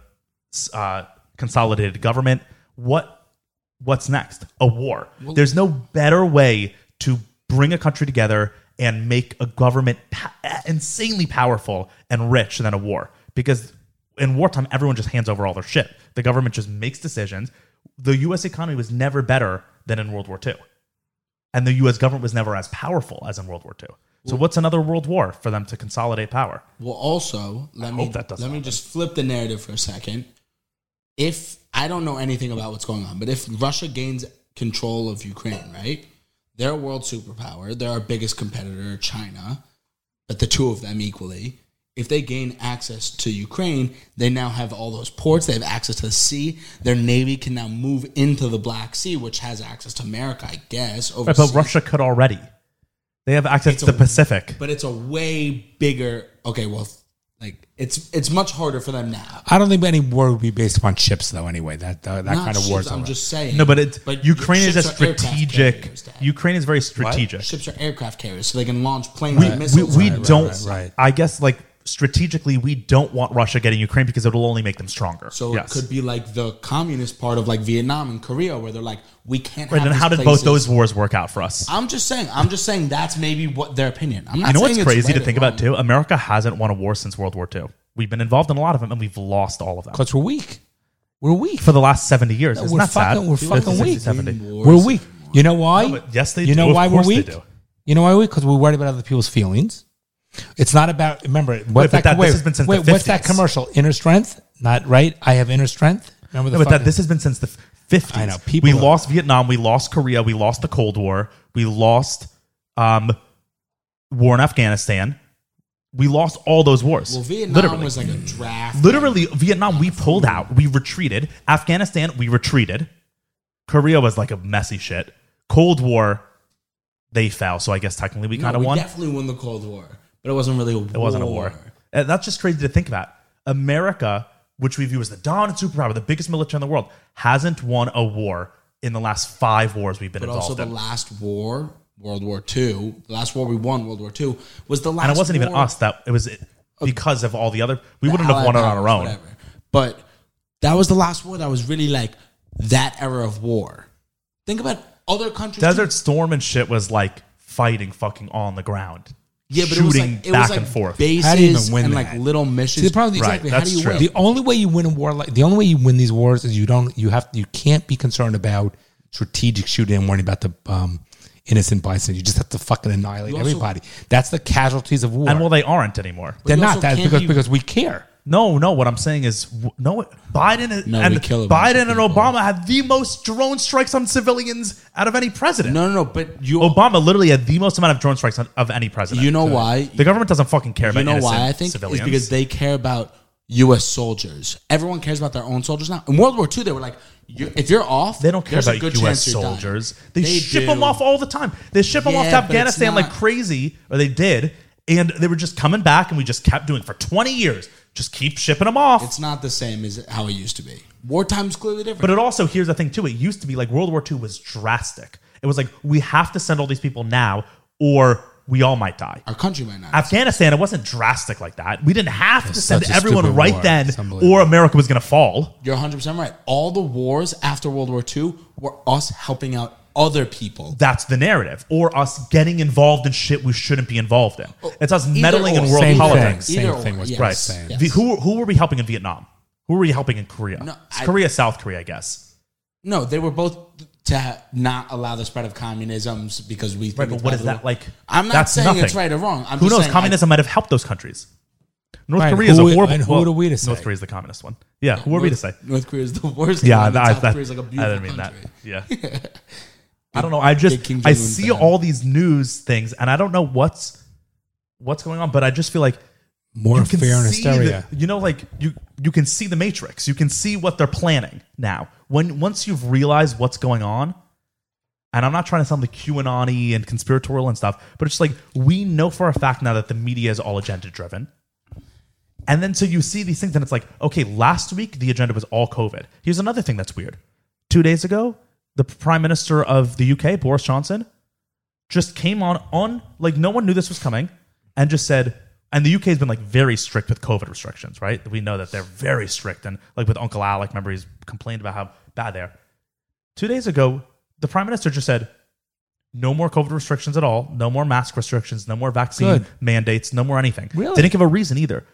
B: uh, consolidated government. What what's next? A war. There's no better way to bring a country together and make a government pa- insanely powerful and rich than a war. Because in wartime, everyone just hands over all their shit. The government just makes decisions. The U.S. economy was never better than in World War II, and the U.S. government was never as powerful as in World War II. So what's another world war for them to consolidate power?
D: Well, also, let me
B: hope that
D: let
B: doesn't
D: me
B: happen.
D: just flip the narrative for a second. If I don't know anything about what's going on, but if Russia gains control of Ukraine, right? They're a world superpower. They're our biggest competitor, China, but the two of them equally. If they gain access to Ukraine, they now have all those ports. They have access to the sea. Their navy can now move into the Black Sea, which has access to America, I guess.
B: Right, but
D: overseas.
B: Russia could already. They have access
D: It's
B: to the
D: a-
B: Pacific.
D: but it's a way bigger. Okay, well, like it's it's much harder for them now.
C: I don't think any war would be based upon ships, though. Anyway, that uh, that, that
D: Not
C: kind of
D: ships,
C: war's
D: I'm
C: over.
D: just saying.
B: No, but it's Ukraine is a
D: ships are aircraft
B: strategic.
D: carriers, Dad.
B: Ukraine is very strategic.
D: ships are aircraft carriers, so they can launch planes
B: We
D: and
B: we,
D: missiles.
B: we
D: on it.
B: don't.
C: right, right.
B: I guess like strategically, we don't want Russia getting Ukraine because it'll only make them stronger.
D: So
B: yes.
D: it could be like the communist part of like Vietnam and Korea, where they're like, we can't.
B: Right,
D: have
B: and
D: these
B: how did both
D: places.
B: those wars work out for us?
D: I'm just saying. I'm just saying that's maybe what their opinion. I'm not.
B: You know
D: saying
B: what's
D: it's
B: crazy
D: right
B: to
D: or
B: think about
D: wrong.
B: too? America hasn't won a war since World War II. We've been involved in a lot of them, and we've lost all of them
C: because we're weak. We're weak.
B: for the last seventy years.
C: No,
B: Isn't
C: we're
B: that sad?
C: fucking- we're
B: 50,
C: fucking
B: 60,
C: weak.
B: 70.
C: We're weak. You know why?
B: No, but yes, they
C: You
B: do.
C: know
B: Of
C: why we're
B: course they
C: weak?
B: do.
C: You know why we're weak? Because we're worried about other people's feelings. It's not about. Remember,
B: Wait, but
C: what's that?
B: that- this
C: wait,
B: has been since
C: wait,
B: the
C: what's that
B: 50s.
C: commercial? Inner strength, not right. I have inner strength. Remember the
B: No, but that,
C: fucking-
B: this has been since the fifties.
C: I know, people
B: we
C: are-
B: lost Vietnam, we lost Korea, we lost the Cold War, we lost um, war in Afghanistan, we lost all those wars.
D: Well, Vietnam
B: literally,
D: was like a draft.
B: literally Vietnam. We pulled out, we retreated. Afghanistan, we retreated. Korea was like a messy shit. Cold War, they fell. So I guess technically we
D: No,
B: kind of
D: we
B: won.
D: definitely won the Cold War, but it wasn't really a war.
B: It wasn't a war. And that's just crazy to think about. America, which we view as the dominant superpower, the biggest military in the world, hasn't won a war in the last five wars we've been
D: But
B: involved
D: also the
B: in.
D: last war, World War II, the last war we won, World War II, was the last
B: and it wasn't even
D: war-
B: us that it was it, because of all the other. We wouldn't have
D: Allied
B: won it on our own.
D: powers, whatever. But that was the last war that was really like that era of war. Think about other countries.
B: Desert
D: too.
B: Storm and shit was like fighting fucking on the ground,
D: yeah, but
B: shooting
D: it was like, it
B: back
D: was like
B: and forth.
D: bases
C: How do you even win
D: and
C: that?
D: like little missions.
C: See, the problem,
B: Right,
C: exactly.
B: that's
C: how do you
B: true.
C: win? The only way you win a war like the only way you win these wars is you don't you have you can't be concerned about strategic shooting and worrying about the um, innocent bison. You just have to fucking annihilate
D: You also-
C: everybody. That's the casualties of war.
B: and well, they aren't anymore.
C: they're
D: you
C: not
D: also
C: that
D: can't
C: because
D: be-
C: because we care.
B: No, no. What I'm saying is, w- no. Biden
D: No,
B: and
D: we kill a bunch
B: Biden
D: of
B: and
D: people.
B: Obama had the most drone strikes on civilians out of any president.
D: no, no, no. But you,
B: Obama literally had the most amount of drone strikes on, of any president.
D: you know why?
B: the government doesn't fucking care about
D: You know
B: innocent
D: why I think
B: civilians.
D: it's because they care about U.S. soldiers. Everyone cares about their own soldiers now. In World War II, they were like, you if you're off,
B: They don't care
D: there's a
B: about
D: good
B: U.S.
D: chance you're dying.
B: soldiers. They,
D: They
B: ship
D: do.
B: them off all the time. They ship them off to
D: Yeah, but it's
B: Afghanistan like
D: not-
B: crazy, or they did, and they were just coming back, and we just kept doing it for 20 years. Just keep shipping them off.
D: It's not the same as how it used to be. Wartime's clearly different.
B: But it also here's the thing too. It used to be like World War II was drastic. It was like we have to send all these people now, or we all might die.
D: Our country might not.
B: Afghanistan, it wasn't drastic like that. We didn't have to send
C: such a
B: everyone
C: stupid
B: right
C: war.
B: then,
C: It's unbelievable.
B: or America was going to fall.
D: You're 100% right. All the wars after World War II were us helping out other people.
B: That's the narrative, or us getting involved in shit we shouldn't be involved in. It's us meddling in
D: or.
B: world
C: Same
B: politics.
C: thing.
D: Either
C: Same
D: or,
C: thing. Was
D: yes.
B: Right.
C: saying.
D: Yes.
B: The- who who were we helping in Vietnam? Who were we helping in Korea?
D: No,
B: It's
D: I-
B: Korea, South Korea, I guess.
D: No, they were both to ha- not allow the spread of communism because we. Think
B: Right, but
D: it's
B: what
D: bad
B: is
D: to-
B: that like?
D: I'm not
B: That's
D: saying it's
B: nothing.
D: right or wrong. I'm
B: Who
D: just
B: knows?
D: saying I-
B: Communism might have helped those countries. North
C: Right,
B: Korea is a
C: who i-
B: horrible.
C: and who
B: well,
C: are we to say?
B: North Korea is the communist one. Yeah, who are we to
D: North-
B: say?
D: North Korea is the worst.
B: Yeah,
D: Yeah,
B: I, I-
D: South
B: that-
D: Korea is like a
B: I
D: beautiful
B: didn't mean
D: country.
B: that. Yeah, I don't know. I just
D: King
B: I
D: Jong-un
B: see
D: fan.
B: all these news things, and I don't know what's what's going on, but I just feel like
C: More
B: can
C: fear and
B: see the-
C: hysteria.
B: you know, like you you can see the matrix. You can see what they're planning now. When once you've realized what's going on, and I'm not trying to sound like QAnon and conspiratorial and stuff, but it's like we know for a fact now that the media is all agenda driven. And then so you see these things, and it's like, okay, last week the agenda was all COVID. Here's another thing that's weird. Two days ago, the Prime Minister of the UK, Boris Johnson, just came on on like no one knew this was coming, and just said, and the UK has been like very strict with COVID restrictions, right? We know that they're very strict, and like with Uncle Alec, remember he's complained about how bad they are. Two days ago, the Prime Minister just said, no more COVID restrictions at all, no more mask restrictions, no more vaccine
C: Good.
B: mandates, no more anything.
C: Really?
B: They didn't give a reason either.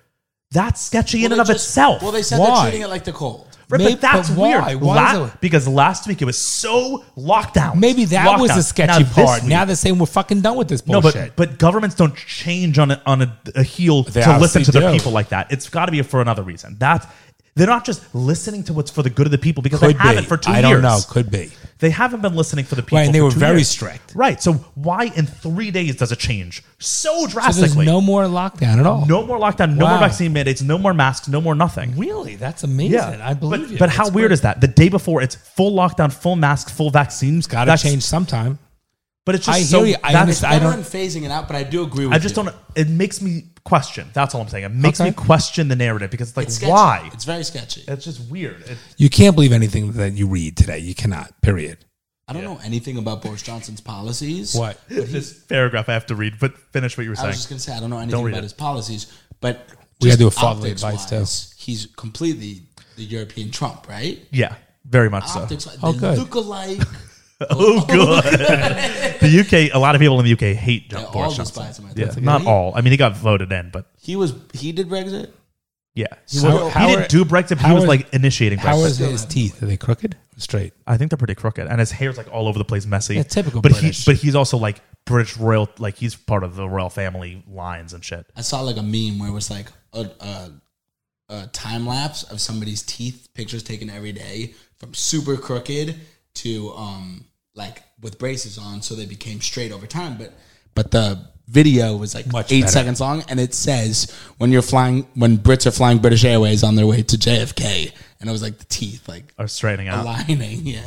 B: That's sketchy in
D: Well,
B: and
D: they
B: of
D: just-
B: itself.
D: Well, they said
C: Why?
D: they're treating it like the cold.
B: Right,
C: Maybe-
B: but that's
C: but why?
B: weird.
C: Why is
B: La-
C: it-
B: because last week it was so lockdown.
C: Maybe that was the sketchy part. Now
B: this
C: they're saying we're fucking done with this
B: week- no,
C: bullshit.
B: but but governments don't change on a, on a, a heel
C: They
B: to listen
C: obviously
B: to their
C: do.
B: people like that. It's got to be for another reason. That's they're not just listening to what's for the good of the people because
C: could
B: they haven't
C: be.
B: for two
C: I
B: years.
C: don't know. Could be.
B: They haven't been listening for the people.
C: Right, and they
B: for
C: were
B: two
C: very
B: years.
C: strict.
B: Right. So why in three days does it change so
C: So there's
B: drastically?
C: no more lockdown at all.
B: no, more lockdown, no more
C: Wow.
B: vaccine mandates, no more masks, no more nothing.
C: Really? That's amazing. I believe
B: but,
C: you.
B: But how weird is that? The day before, it's full lockdown, full mask, full vaccines.
C: Got to
B: That's-
C: change sometime.
B: But it's
C: I
B: just so.
C: hear you. I
B: that's-
C: understand.
D: Better I
C: I don't-
D: than phasing it out, but I do agree with
B: I just
D: you.
B: don't. It makes me question. That's all I'm saying. It makes
C: Okay.
B: me question the narrative because it's like,
D: It's sketchy.
B: why?
D: It's very sketchy.
B: It's just weird. It,
C: You can't believe anything that you read today. You cannot. Period.
D: I don't know anything about Boris Johnson's policies.
C: What?
B: this paragraph I have to read, but finish what you were
D: I was
B: saying.
D: just gonna say I don't know anything
B: read
D: about
B: it.
D: his policies, but
C: We gotta
D: just
C: do a fatherly
D: optics-wise,
C: advice,
D: He's completely the European Trump, right?
B: yeah, very much so.
D: Optics,
C: Oh,
D: they
C: good.
D: look alike.
B: Oh, good. the UK, a lot of people in the UK hate John
D: all
B: Boris
D: despise
B: Johnson.
D: him, I think.
B: Yeah,
D: That's a good
B: not
D: idea.
B: all. I mean, he got voted in, but
D: He was he did Brexit.
B: yeah, he,
C: So
B: was, he
C: how
B: didn't
C: are-
B: do Brexit. He
C: how
B: was
C: are-
B: like initiating. Brexit.
C: How is his teeth? Are they crooked? Or straight?
B: I think they're pretty crooked, and his hair's like all over the place, messy.
C: Yeah, typical
B: But
C: British.
B: he, but he's also like British royal, like he's part of the royal family lines and shit.
D: I saw like a meme where it was like a, a, a time lapse of somebody's teeth, pictures taken every day from super crooked to um like with braces on, so they became straight over time. But but the video was like
C: Much
D: eight
C: better.
D: seconds long, and it says when you're flying when Brits are flying British Airways on their way to JFK, and it was like the teeth like
B: Are straightening out.
D: aligning. Yeah,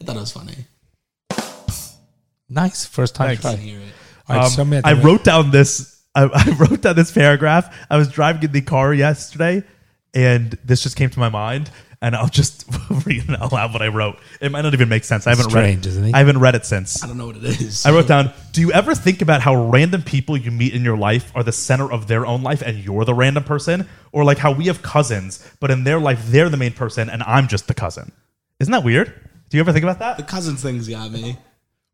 D: I thought it was funny.
C: Nice. First time
B: Thanks.
C: try.
D: hear it.
C: All right,
B: Um,
C: so many-
B: I wrote down this. I, I wrote down this paragraph. I was driving in the car yesterday, and this just came to my mind. And I'll just read it out loud what I wrote. It might not even make sense. I haven't
C: Strange,
B: read.
C: isn't it?
B: I haven't read it since.
D: I don't know what it is.
B: I wrote down. Do you ever think about how random people you meet in your life are the center of their own life, and you're the random person, or like how we have cousins, but in their life they're the main person, and I'm just the cousin? Isn't that weird? Do you ever think about that?
D: the cousin things got me.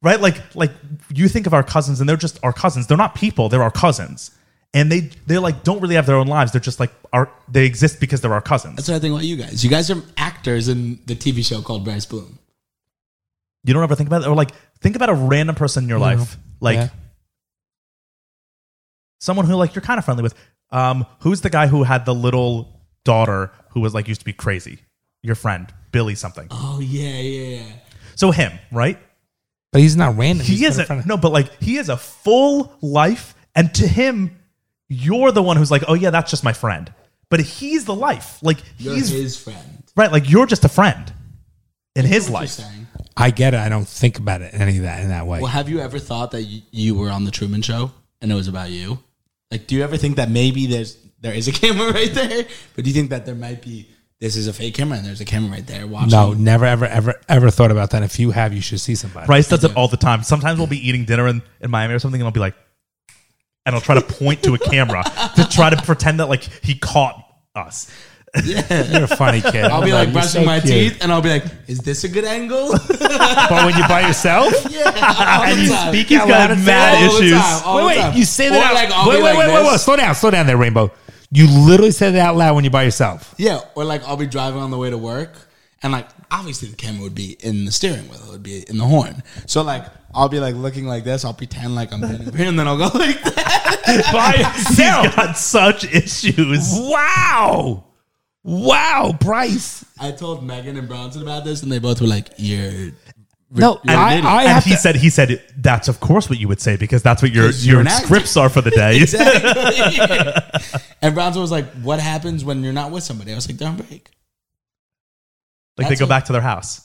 B: right? Like like you think of our cousins, and they're just our cousins. They're not people. They're our cousins, and they they like don't really have their own lives. They're just like our they exist because they're our cousins.
D: That's what I think about you guys. You guys are actors in the TV show called Bryce Bloom.
B: You don't ever think about that, or like think about a random person in your life, like
C: Yeah.
B: someone who like you're kind of friendly with. Um, who's the guy who had the little daughter who was like used to be crazy? Your friend Billy something.
D: Oh yeah, yeah, yeah.
B: So him, right?
C: but he's not random.
B: he
C: He's
B: is
C: not in front
B: a
C: of-
B: no, but like he is a full life, and to him, you're the one who's like, oh yeah, that's just my friend. But he's the life, like
D: You're
B: he's
D: his friend.
B: right, like you're just a friend in his
D: What you're
B: life.
D: saying.
C: I get it. I don't think about it any of that in that way.
D: Well, have you ever thought that you, you were on the Truman Show and it was about you? Like, do you ever think that maybe there's there is a camera right there, but do you think that there might be this is a fake camera and there's a camera right there watching?
C: no, never, ever, ever, ever thought about that. If you have, you should see somebody.
B: Bryce does it all the time. Sometimes we'll be eating dinner in, in Miami or something, and I'll be like, and I'll try to point to a camera to try to pretend that like he caught us.
C: You're a funny kid.
D: I'll be like brushing my teeth,
C: teeth.
D: and I'll be like, "Is this a good angle?"
B: But when you by yourself,
D: yeah, all the time.
B: speak out loud and
D: all
B: mad
D: the
B: issues.
D: time, all the
C: Wait, wait,
D: time.
C: you say
D: Or
C: that.
D: like,
C: out-
D: I'll
C: wait,
D: be
C: wait,
D: like
C: wait, wait,
D: this.
C: wait. Slow down, slow down there, Rainbow. You literally said that out loud when you're by yourself.
D: Yeah, or like I'll be driving on the way to work, and like obviously the camera would be in the steering wheel, it would be in the horn. So like I'll be like looking like this, I'll pretend like I'm bending over here, and then I'll go like that.
C: By
B: he's got such issues.
C: Wow. Wow, Bryce.
D: I told Megan and Bronson about this, and they both were like, "You're
C: No, I, I
B: and
C: have
B: he
C: to,
B: said he said that's of course what you would say because that's what your
D: 'Cause you're
B: your
D: an actor."
B: scripts are for the day.
D: exactly." and Bronson was like, "What happens when you're not with somebody?" I was like, "They're on break.
B: Like they
D: That's
B: go
D: what-
B: back to their house.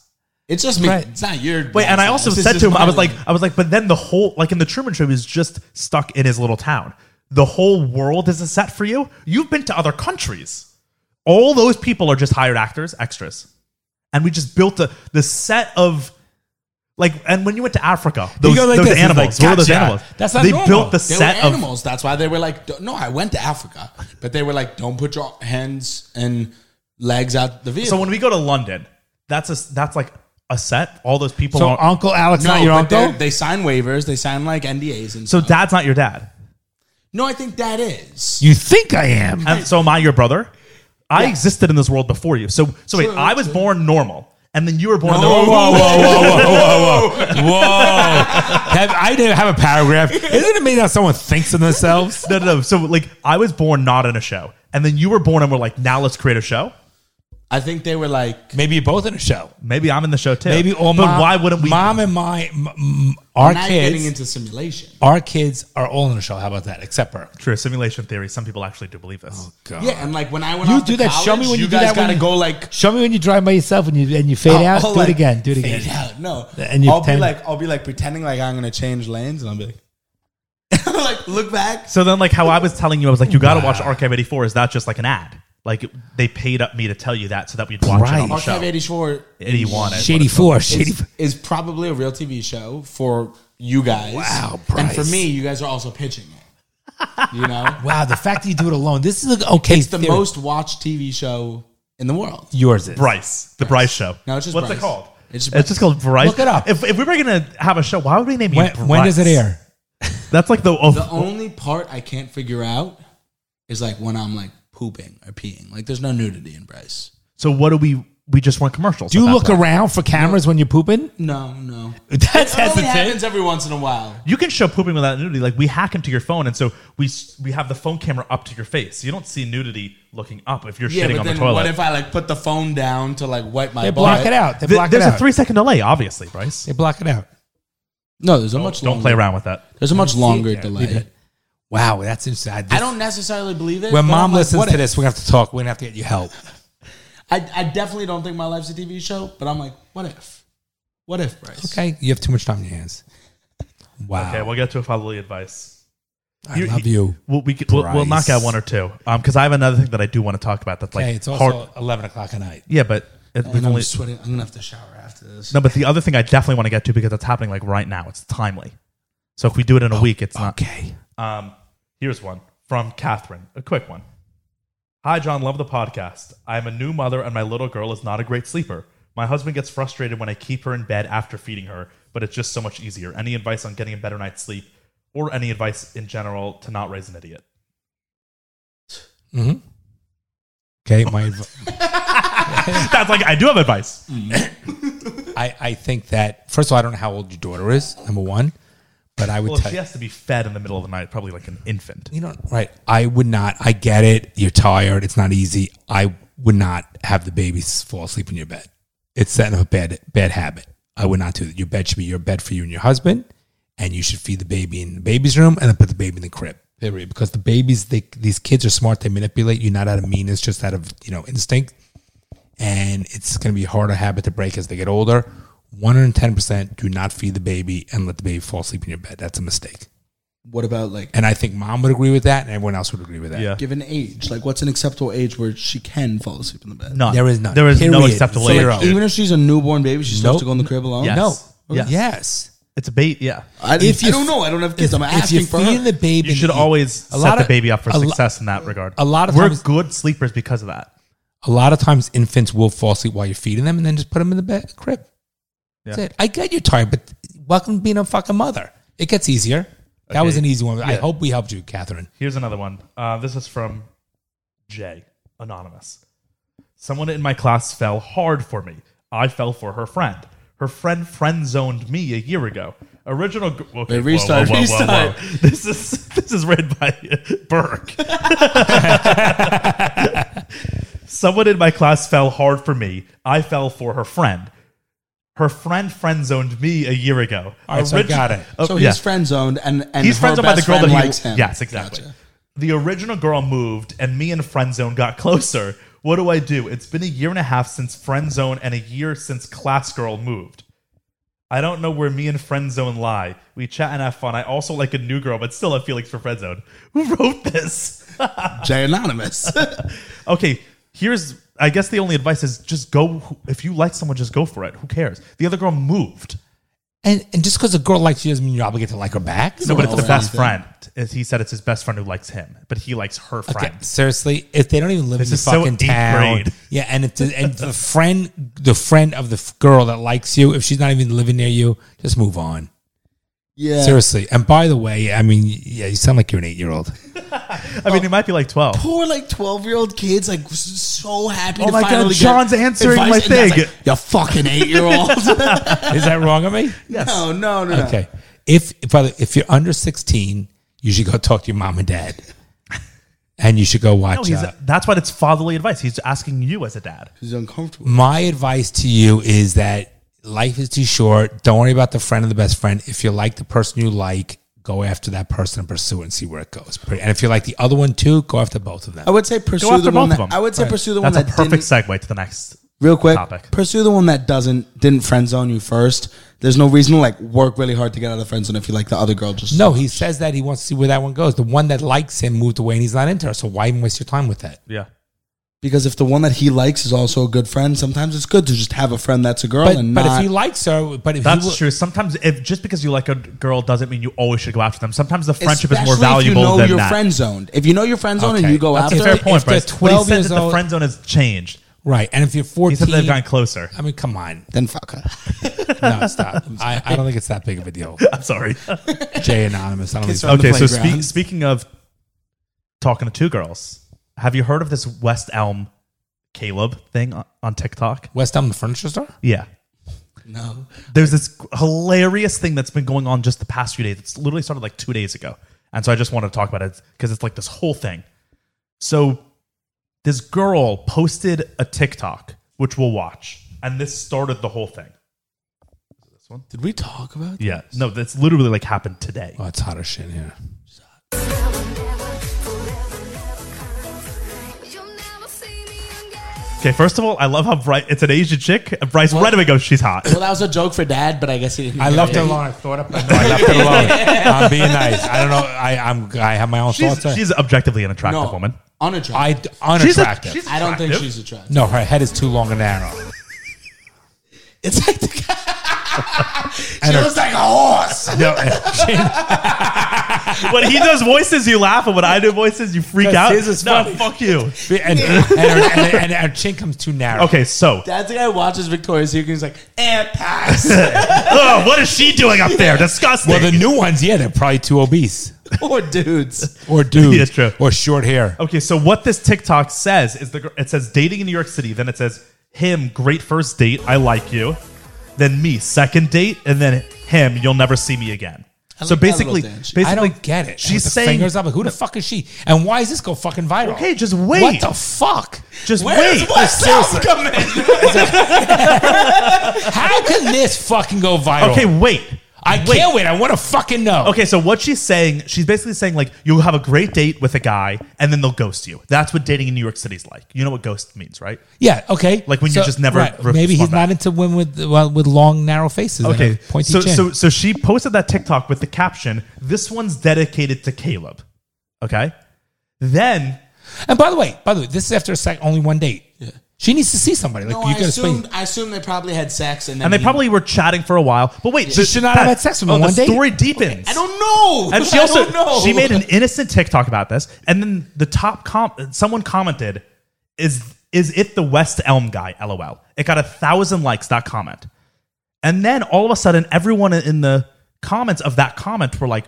D: It's just me.
C: Right.
D: It's not your."
B: Wait, and I also
D: This is
B: said
D: just
B: to him,
D: my
B: I was like,
D: life.
B: I was like, but then the whole like in the Truman Show, he was just stuck in his little town. The whole world is a set for you. You've been to other countries. All those people are just hired actors, extras, and we just built the the set of. Like and when you went to Africa, those,
C: go like
B: those
C: this, it's
B: animals,
C: like,
B: what are those
C: gotcha.
B: animals?
C: That's not
B: they
C: normal.
B: built the
D: They
B: set
D: were
B: of
D: animals. That's why they were like, don't- no, I went to Africa, but they were like, don't put your hands and legs out the vehicle.
B: So when we go to London, that's a that's like a set. All those people.
C: so
B: are,
C: Uncle Alex,
D: no,
C: not your
D: but
C: uncle?
D: they're- they sign waivers. They sign like NDAs and
B: so
D: stuff.
B: dad's not your dad,
D: no, I think that is.
C: you think I am.
B: and so am I your brother. I existed in this world before you. So so wait, I was born normal, and then you were born.
C: Whoa,
B: normal.
C: whoa, whoa, whoa, whoa, whoa, whoa. whoa. Have, I didn't have a paragraph. Isn't it amazing how someone thinks of themselves?
B: No, no, no. So like I was born not in a show, and then you were born, and we're like, now let's create a show.
D: I think they were like,
C: Maybe you're both in a show.
B: Maybe I'm in the show too.
C: Maybe all
B: But
C: mom,
B: why wouldn't we?
C: Mom and my, m- m- our
D: now you're getting
C: kids,
D: into simulation.
C: our kids are all in a show. How about that? Except her.
B: True simulation theory. Some people actually do believe this.
C: Oh, God.
D: Yeah, and like when I went
C: You
D: off
C: do
D: to
C: that. Show me
D: college,
C: when you do
D: guys
C: that when
D: gotta
C: you-
D: go like
C: Show me when you drive by yourself and you and you fade out.
D: I'll,
C: do
D: like,
C: it again. Do it
D: fade
C: again.
D: out. No,
C: And you
D: I'll
C: pretend-
D: be like, I'll be like pretending like I'm gonna change lanes, and I'll be like, like look back.
B: So then, like how I was telling you, I was like, you got to watch Archive '84. Is that just like an ad? Like they paid up me to tell you that so that we'd watch it on the
C: Right.
B: show.
D: Archive 84
B: Eddie wanted.
C: Shady four. Shady.
D: is, is probably a real TV show for you guys.
C: Wow,
D: And for
C: Bryce.
D: me, you guys are also pitching it. You know,
C: Wow, the fact that you do it alone. This is a, okay.
D: it's the
C: theory.
D: most watched TV show in the world.
C: yours is
B: Bryce, the Bryce, Show.
D: No, it's just
B: what's
D: Bryce.
B: it called?
D: It's
B: It's
D: just
B: just, called Bryce.
C: Look it up.
B: If, if we were gonna have a show, why would we name
C: When,
B: you? Bryce?
C: when does it air?
B: That's like the, oh,
D: The only part I can't figure out is like when I'm like pooping or peeing. Like there's no nudity in Bryce.
B: so. What do we? We just run commercials.
C: Do you
B: at that
C: look
B: point.
C: around for cameras when you're pooping?
D: No, no.
C: That's
D: It only
C: hesitant.
D: happens every once in a while.
B: You can show pooping without nudity. Like we hack into your phone, and so we s- we have the phone camera up to your face. You don't see nudity looking up if you're
D: Yeah,
B: shitting
D: but
B: on the
D: then
B: toilet.
D: what if I like put the phone down to like wipe my
C: They
D: butt?
C: block it out. They
B: Th-
C: block
B: there's
C: it out.
B: a three second delay, obviously, Bryce.
C: They block it out.
D: No, there's a much
B: Don't
D: longer.
B: play around with that.
D: There's a much longer
C: Yeah,
D: delay.
C: leave it. Wow, that's insane.
D: I don't necessarily believe it.
C: When
D: but I'm
C: mom
D: like,
C: listens
D: what
C: to
D: if?
C: this, we're gonna have to talk. We're gonna have to get you help.
D: I, I definitely don't think my life's a TV show, but I'm like, what if? What if, Bryce?
C: Okay, you have too much time on your hands.
F: Wow.
B: Okay, we'll get to a fatherly advice.
F: I love you.
B: We'll, we, will we'll knock out
F: Bryce.
B: one or two because I have another thing that I do want to talk about. That's
F: Okay,
B: like
F: it's also
B: hard.
F: 11 o'clock at night.
B: Yeah, but it,
D: And
B: we've
D: I'm
B: only,
D: sweating. I'm gonna have to shower after this.
B: no. But the other thing I definitely want to get to because it's happening like right now. It's timely. So if we do it in a week, it's not.
F: Okay.
B: Um, here's one from Catherine, a quick one. Hi, John. Love the podcast. I'm a new mother, and my little girl is not a great sleeper. My husband gets frustrated when I keep her in bed after feeding her, but it's just so much easier. Any advice on getting a better night's sleep, or any advice in general to not raise an idiot?
F: hmm Okay. My, adv-
B: That's like I do have advice.
F: I, I think that, first of all, I don't know how old your daughter is, number one, but I would
B: Well, if
F: tell
B: she
F: you.
B: has to be fed in the middle of the night, probably like an infant.
F: You know, right. I would not. I get it. You're tired. It's not easy. I would not have the baby s- fall asleep in your bed. It's setting up a bad, bad habit. I would not do that. Your bed should be your bed for you and your husband, and you should feed the baby in the baby's room and then put the baby in the crib. Period. Because the babies, they, these kids are smart. They manipulate you not out of meanness, just out of you know instinct. And it's going to be a harder habit to break as they get older. One hundred and ten percent. Do not feed the baby and let the baby fall asleep in your bed. That's a mistake.
D: What about like
F: And I think mom would agree with that, and everyone else would agree with that.
B: Yeah.
D: given age? Like, what's an acceptable age where she can fall asleep in the bed?
B: None.
F: There is none.
B: There is no
F: Period.
B: acceptable
F: So, like,
B: age.
F: Zero.
B: dude.
D: Even if she's a newborn baby, she still has
F: Nope.
D: to go in the crib alone.
B: Yes.
F: No. Oh,
B: Yes.
F: Yes.
B: It's a bait. Yeah.
D: I,
F: If
D: I
F: you-
D: don't know. I don't have kids. I'm
F: If
D: asking
F: you're
D: for
F: feeding
D: her.
F: the baby,
B: You should
F: and
B: always set
F: a lot
B: the
F: of-
B: baby up for
F: a lo-
B: success in that regard.
F: a lot of
B: we're
F: times-
B: good sleepers because of that.
F: A lot of times, infants will fall asleep while you're feeding them, and then just put them in the bed crib. That's
B: Yeah.
F: it. I get you're tired, but welcome to being a fucking mother. It gets easier. That
B: Okay.
F: was an easy one. I
B: Yeah.
F: hope we helped you, Catherine.
B: Here's another one. Uh, this is from Jay, anonymous. Someone in my class fell hard for me. I fell for her friend. Her friend friend zoned me a year ago. Original. gr- Okay,
D: Wait, restart, restart.
B: This is this is read by Burke. Someone in my class fell hard for me. I fell for her friend. Her friend friend zoned me a year ago.
F: All right, so I
B: Origi-
F: got it.
B: Oh,
D: so
B: yeah
D: he's friend zoned, and and
B: he's
D: her
B: friends with by the
D: best
B: girl that
D: friend
B: he
D: likes him.
B: Yes, exactly.
D: Gotcha.
B: The original girl moved, and me and friend zone got closer. What do I do? It's been a year and a half since friend zone, and a year since class girl moved. I don't know where me and friend zone lie. We chat and have fun. I also like a new girl, but still have feelings for friend zone. Who wrote this?
D: Jay Anonymous.
B: okay, here's. I guess the only advice is just go. If you like someone, just go for it. Who cares? The other girl moved.
F: And and just because a girl likes you doesn't mean you're obligated to like her back.
B: No, but it's
D: Well,
B: the best
D: then-
B: friend. As he said, it's his best friend who likes him, but he likes her friend.
F: Okay, seriously, if they don't even live
B: This
F: in the
B: is so
F: fucking
B: eighth
F: town,
B: grade.
F: yeah, and if the, and the friend, the friend of the f- girl that likes you, if she's not even living near you, just move on.
D: yeah.
F: Seriously. And by the way, I mean, yeah, you sound like you're an eight year old.
B: I mean, he might be like 12.
D: Poor like twelve year old kids like s- so happy.
B: Oh
D: to
B: my God,
D: finally get
B: John's answering
D: advice,
B: my
D: and Dad's
B: thing.
D: like, you fucking eight year old.
F: Is that wrong of me?
B: Yes.
D: No, no, no.
F: Okay. If if, by the- if you're under 16, you should go talk to your mom and dad. And you should go
B: No,
F: watch.
B: he's,
F: uh,
B: that's why it's fatherly advice. He's asking you as a dad.
D: He's uncomfortable.
F: my advice to you is that life is too short. Don't worry about the friend of the best friend. If you like the person you like, go after that person and pursue it and see where it goes. And if you like the other one too, go after both of them.
D: I would say pursue
B: Go after
D: the one.
B: both of
D: That,
B: them.
D: I would say pursue the
B: That's a
D: one that
B: perfect
D: didn't.
B: segue to the next.
D: Real quick,
B: topic.
D: pursue the one that doesn't didn't friend zone you first. There's no reason to like work really hard to get out of the friend zone if you like the other girl. Just
F: No, he says that he wants to see where that one goes. The one that likes him moved away and he's not into her. So why even waste your time with that?
B: Yeah.
D: because if the one that he likes is also a good friend, sometimes it's good to just have a friend that's a girl
F: But,
D: and
F: but
D: not.
F: if he likes her, but if
B: That's
F: he will-
B: true. Sometimes, if just because you like a girl doesn't mean you always should go after them. Sometimes the friendship is more
D: Especially
B: valuable
D: if you know
B: than
D: you're
B: that.
D: friend zoned. If you know you're friend zoned
F: Okay,
D: and you go
F: that's
B: That's a
D: after,
B: fair
F: If
B: point,
F: they're
B: Bryce. What he
F: 12
B: said
F: years
B: that the
F: old-
B: friend zone has changed.
F: right, and if you're
B: He
F: fourteen,
B: said they've gotten closer.
F: I mean, come on,
D: then fuck her.
F: no, stop. I, I don't think it's that big of a deal.
B: I'm sorry.
F: Jay Anonymous, I don't think so.
D: On the
B: okay, so spe-
D: playground.
B: speaking of talking to two girls, have you heard of this West Elm Caleb thing on, on TikTok?
F: West Elm, the furniture store.
B: Yeah.
D: No,
B: there's this hilarious thing that's been going on just the past few days. It's literally started like two days ago. And so I just wanted to talk about it because it's like this whole thing. So this girl posted a TikTok, which we'll watch. And this started the whole thing.
D: did we talk about?
B: Yeah. No, that's literally like happened today.
F: Oh, it's hot as shit in here.
G: You'll never see me again.
B: Okay, first of all, I love how Bryce, it's an Asian chick. Bryce right away goes, she's hot.
D: Well, that was a joke for dad, but I guess he didn't.
C: I
D: hear
C: left it
D: it.
C: alone. I thought up. I left it alone. I'm being nice. I don't know. I I'm I have my own
B: She's,
C: thoughts. on it.
B: she's objectively an attractive
D: No,
B: woman.
D: unattractive. I,
C: I unattractive.
B: She's a, she's
D: I don't think
B: attractive.
D: she's attractive.
C: no, her head is too long and narrow.
D: It's like the guy.
C: And her,
D: like a horse.
C: no, and she-
B: When he does voices, you laugh, and when I do voices, you freak
C: 'Cause
B: out.
C: his is
B: no,
C: funny.
B: fuck you.
C: and, and, her, and, her, and her chin comes too narrow.
B: Okay, so
D: Dad's the guy who watches Victoria's Secret. He's like, and pass.
B: Ugh, oh, what is she doing up there? Disgusting.
C: Well, the new ones, yeah, they're probably too obese
D: Poor dudes.
C: or dudes
B: Yeah, true.
C: or short hair.
B: okay, so what this TikTok says is the gr- it says dating in New York City. Then it says him, great first date, I like you. Then me, second date, and then him, you'll never see me again. so
D: like that little
B: basically,
D: dance.
B: basically,
C: I don't get it.
B: She's
C: With the
B: saying,
C: fingers up. Like, who the fuck is she? And why is this go fucking viral?
B: "Okay, just wait,
C: What the fuck?
B: just
D: Where's
B: wait."
D: West House come in?
C: How can this fucking go viral?
B: Okay, wait.
C: I can't wait. I want to fucking know.
B: Okay, so what she's saying, she's basically saying like you'll have a great date with a guy, and then they'll ghost you. That's what dating in New York City's like. You know what ghost means, right?
C: Yeah. Okay.
B: Like, when you just never re-
C: maybe he's
B: respond back.
C: not into women with well, with long, narrow faces. Okay.
B: Okay,
C: And a pointy
B: so
C: chin.
B: so so she posted that TikTok with the caption, "This one's dedicated to Caleb." Okay, then
C: and by the way, by the way, this is after a sec, only one date. She needs to see somebody. Like
D: No,
C: you
D: I
C: gotta
D: assumed,
C: explain.
D: I assumed they probably had sex and then
B: and they
D: he-
B: probably were chatting for a while. But wait,
C: Mm-hmm. She should not have had sex with
B: oh,
C: him on
B: the
C: one date.
B: story deepens.
D: I don't know.
B: And she
D: I
B: also
D: don't know.
B: she made an innocent TikTok about this, and then the top comp someone commented, "Is is it the West Elm guy?" LOL. It got a thousand likes that comment, and then all of a sudden, everyone in the comments of that comment were like,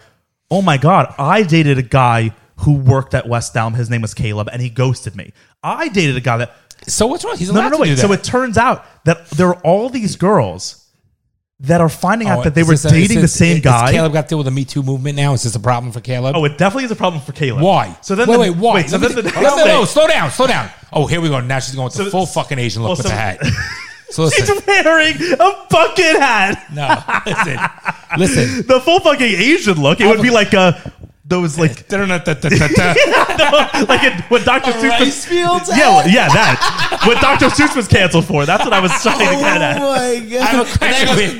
B: "Oh my god, I dated a guy who worked at West Elm. His name was Caleb, and he ghosted me. I dated a guy that
C: So what's wrong? He's
B: no
C: allowed
B: no no
C: to do
B: wait.
C: that.
B: So it turns out that there are all these girls." That are finding out
C: Oh,
B: that they
C: is
B: were
C: this a-
B: dating
C: is
B: the
C: this-
B: same
C: is
B: guy.
C: Caleb got to deal with the Me Too movement now. Is this a problem for Caleb?
B: Oh, it definitely is a problem for Caleb.
C: why?
B: So then,
C: wait,
B: the,
C: wait, why?
B: so
C: Let
B: then the
C: me- no,
B: next
C: no, no,
B: day,
C: slow down, slow down. Oh, here we go. Now she's going with the
B: So-
C: full fucking Asian
B: Well,
C: look with
B: so-
C: the hat. So
B: she's
C: listen,
B: wearing a bucket hat.
C: no, listen, listen.
B: The full fucking Asian look. It would be like uh those like
C: Oh
B: like it, what Dr. Seuss
D: rice
B: was,
D: fields.
B: yeah yeah that what Dr. Seuss was canceled for. That's what I was trying to get at.
D: my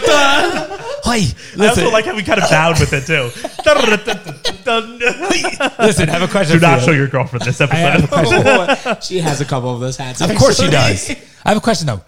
C: Hey,
B: I also
C: listen,
B: like how we kind of bowed with it too.
C: listen. I have a question.
B: Do
C: for
B: not
C: you.
B: show your girlfriend this
C: I have a
B: episode.
C: question.
D: she has a couple of those hats.
C: Of course she does. I have a question though.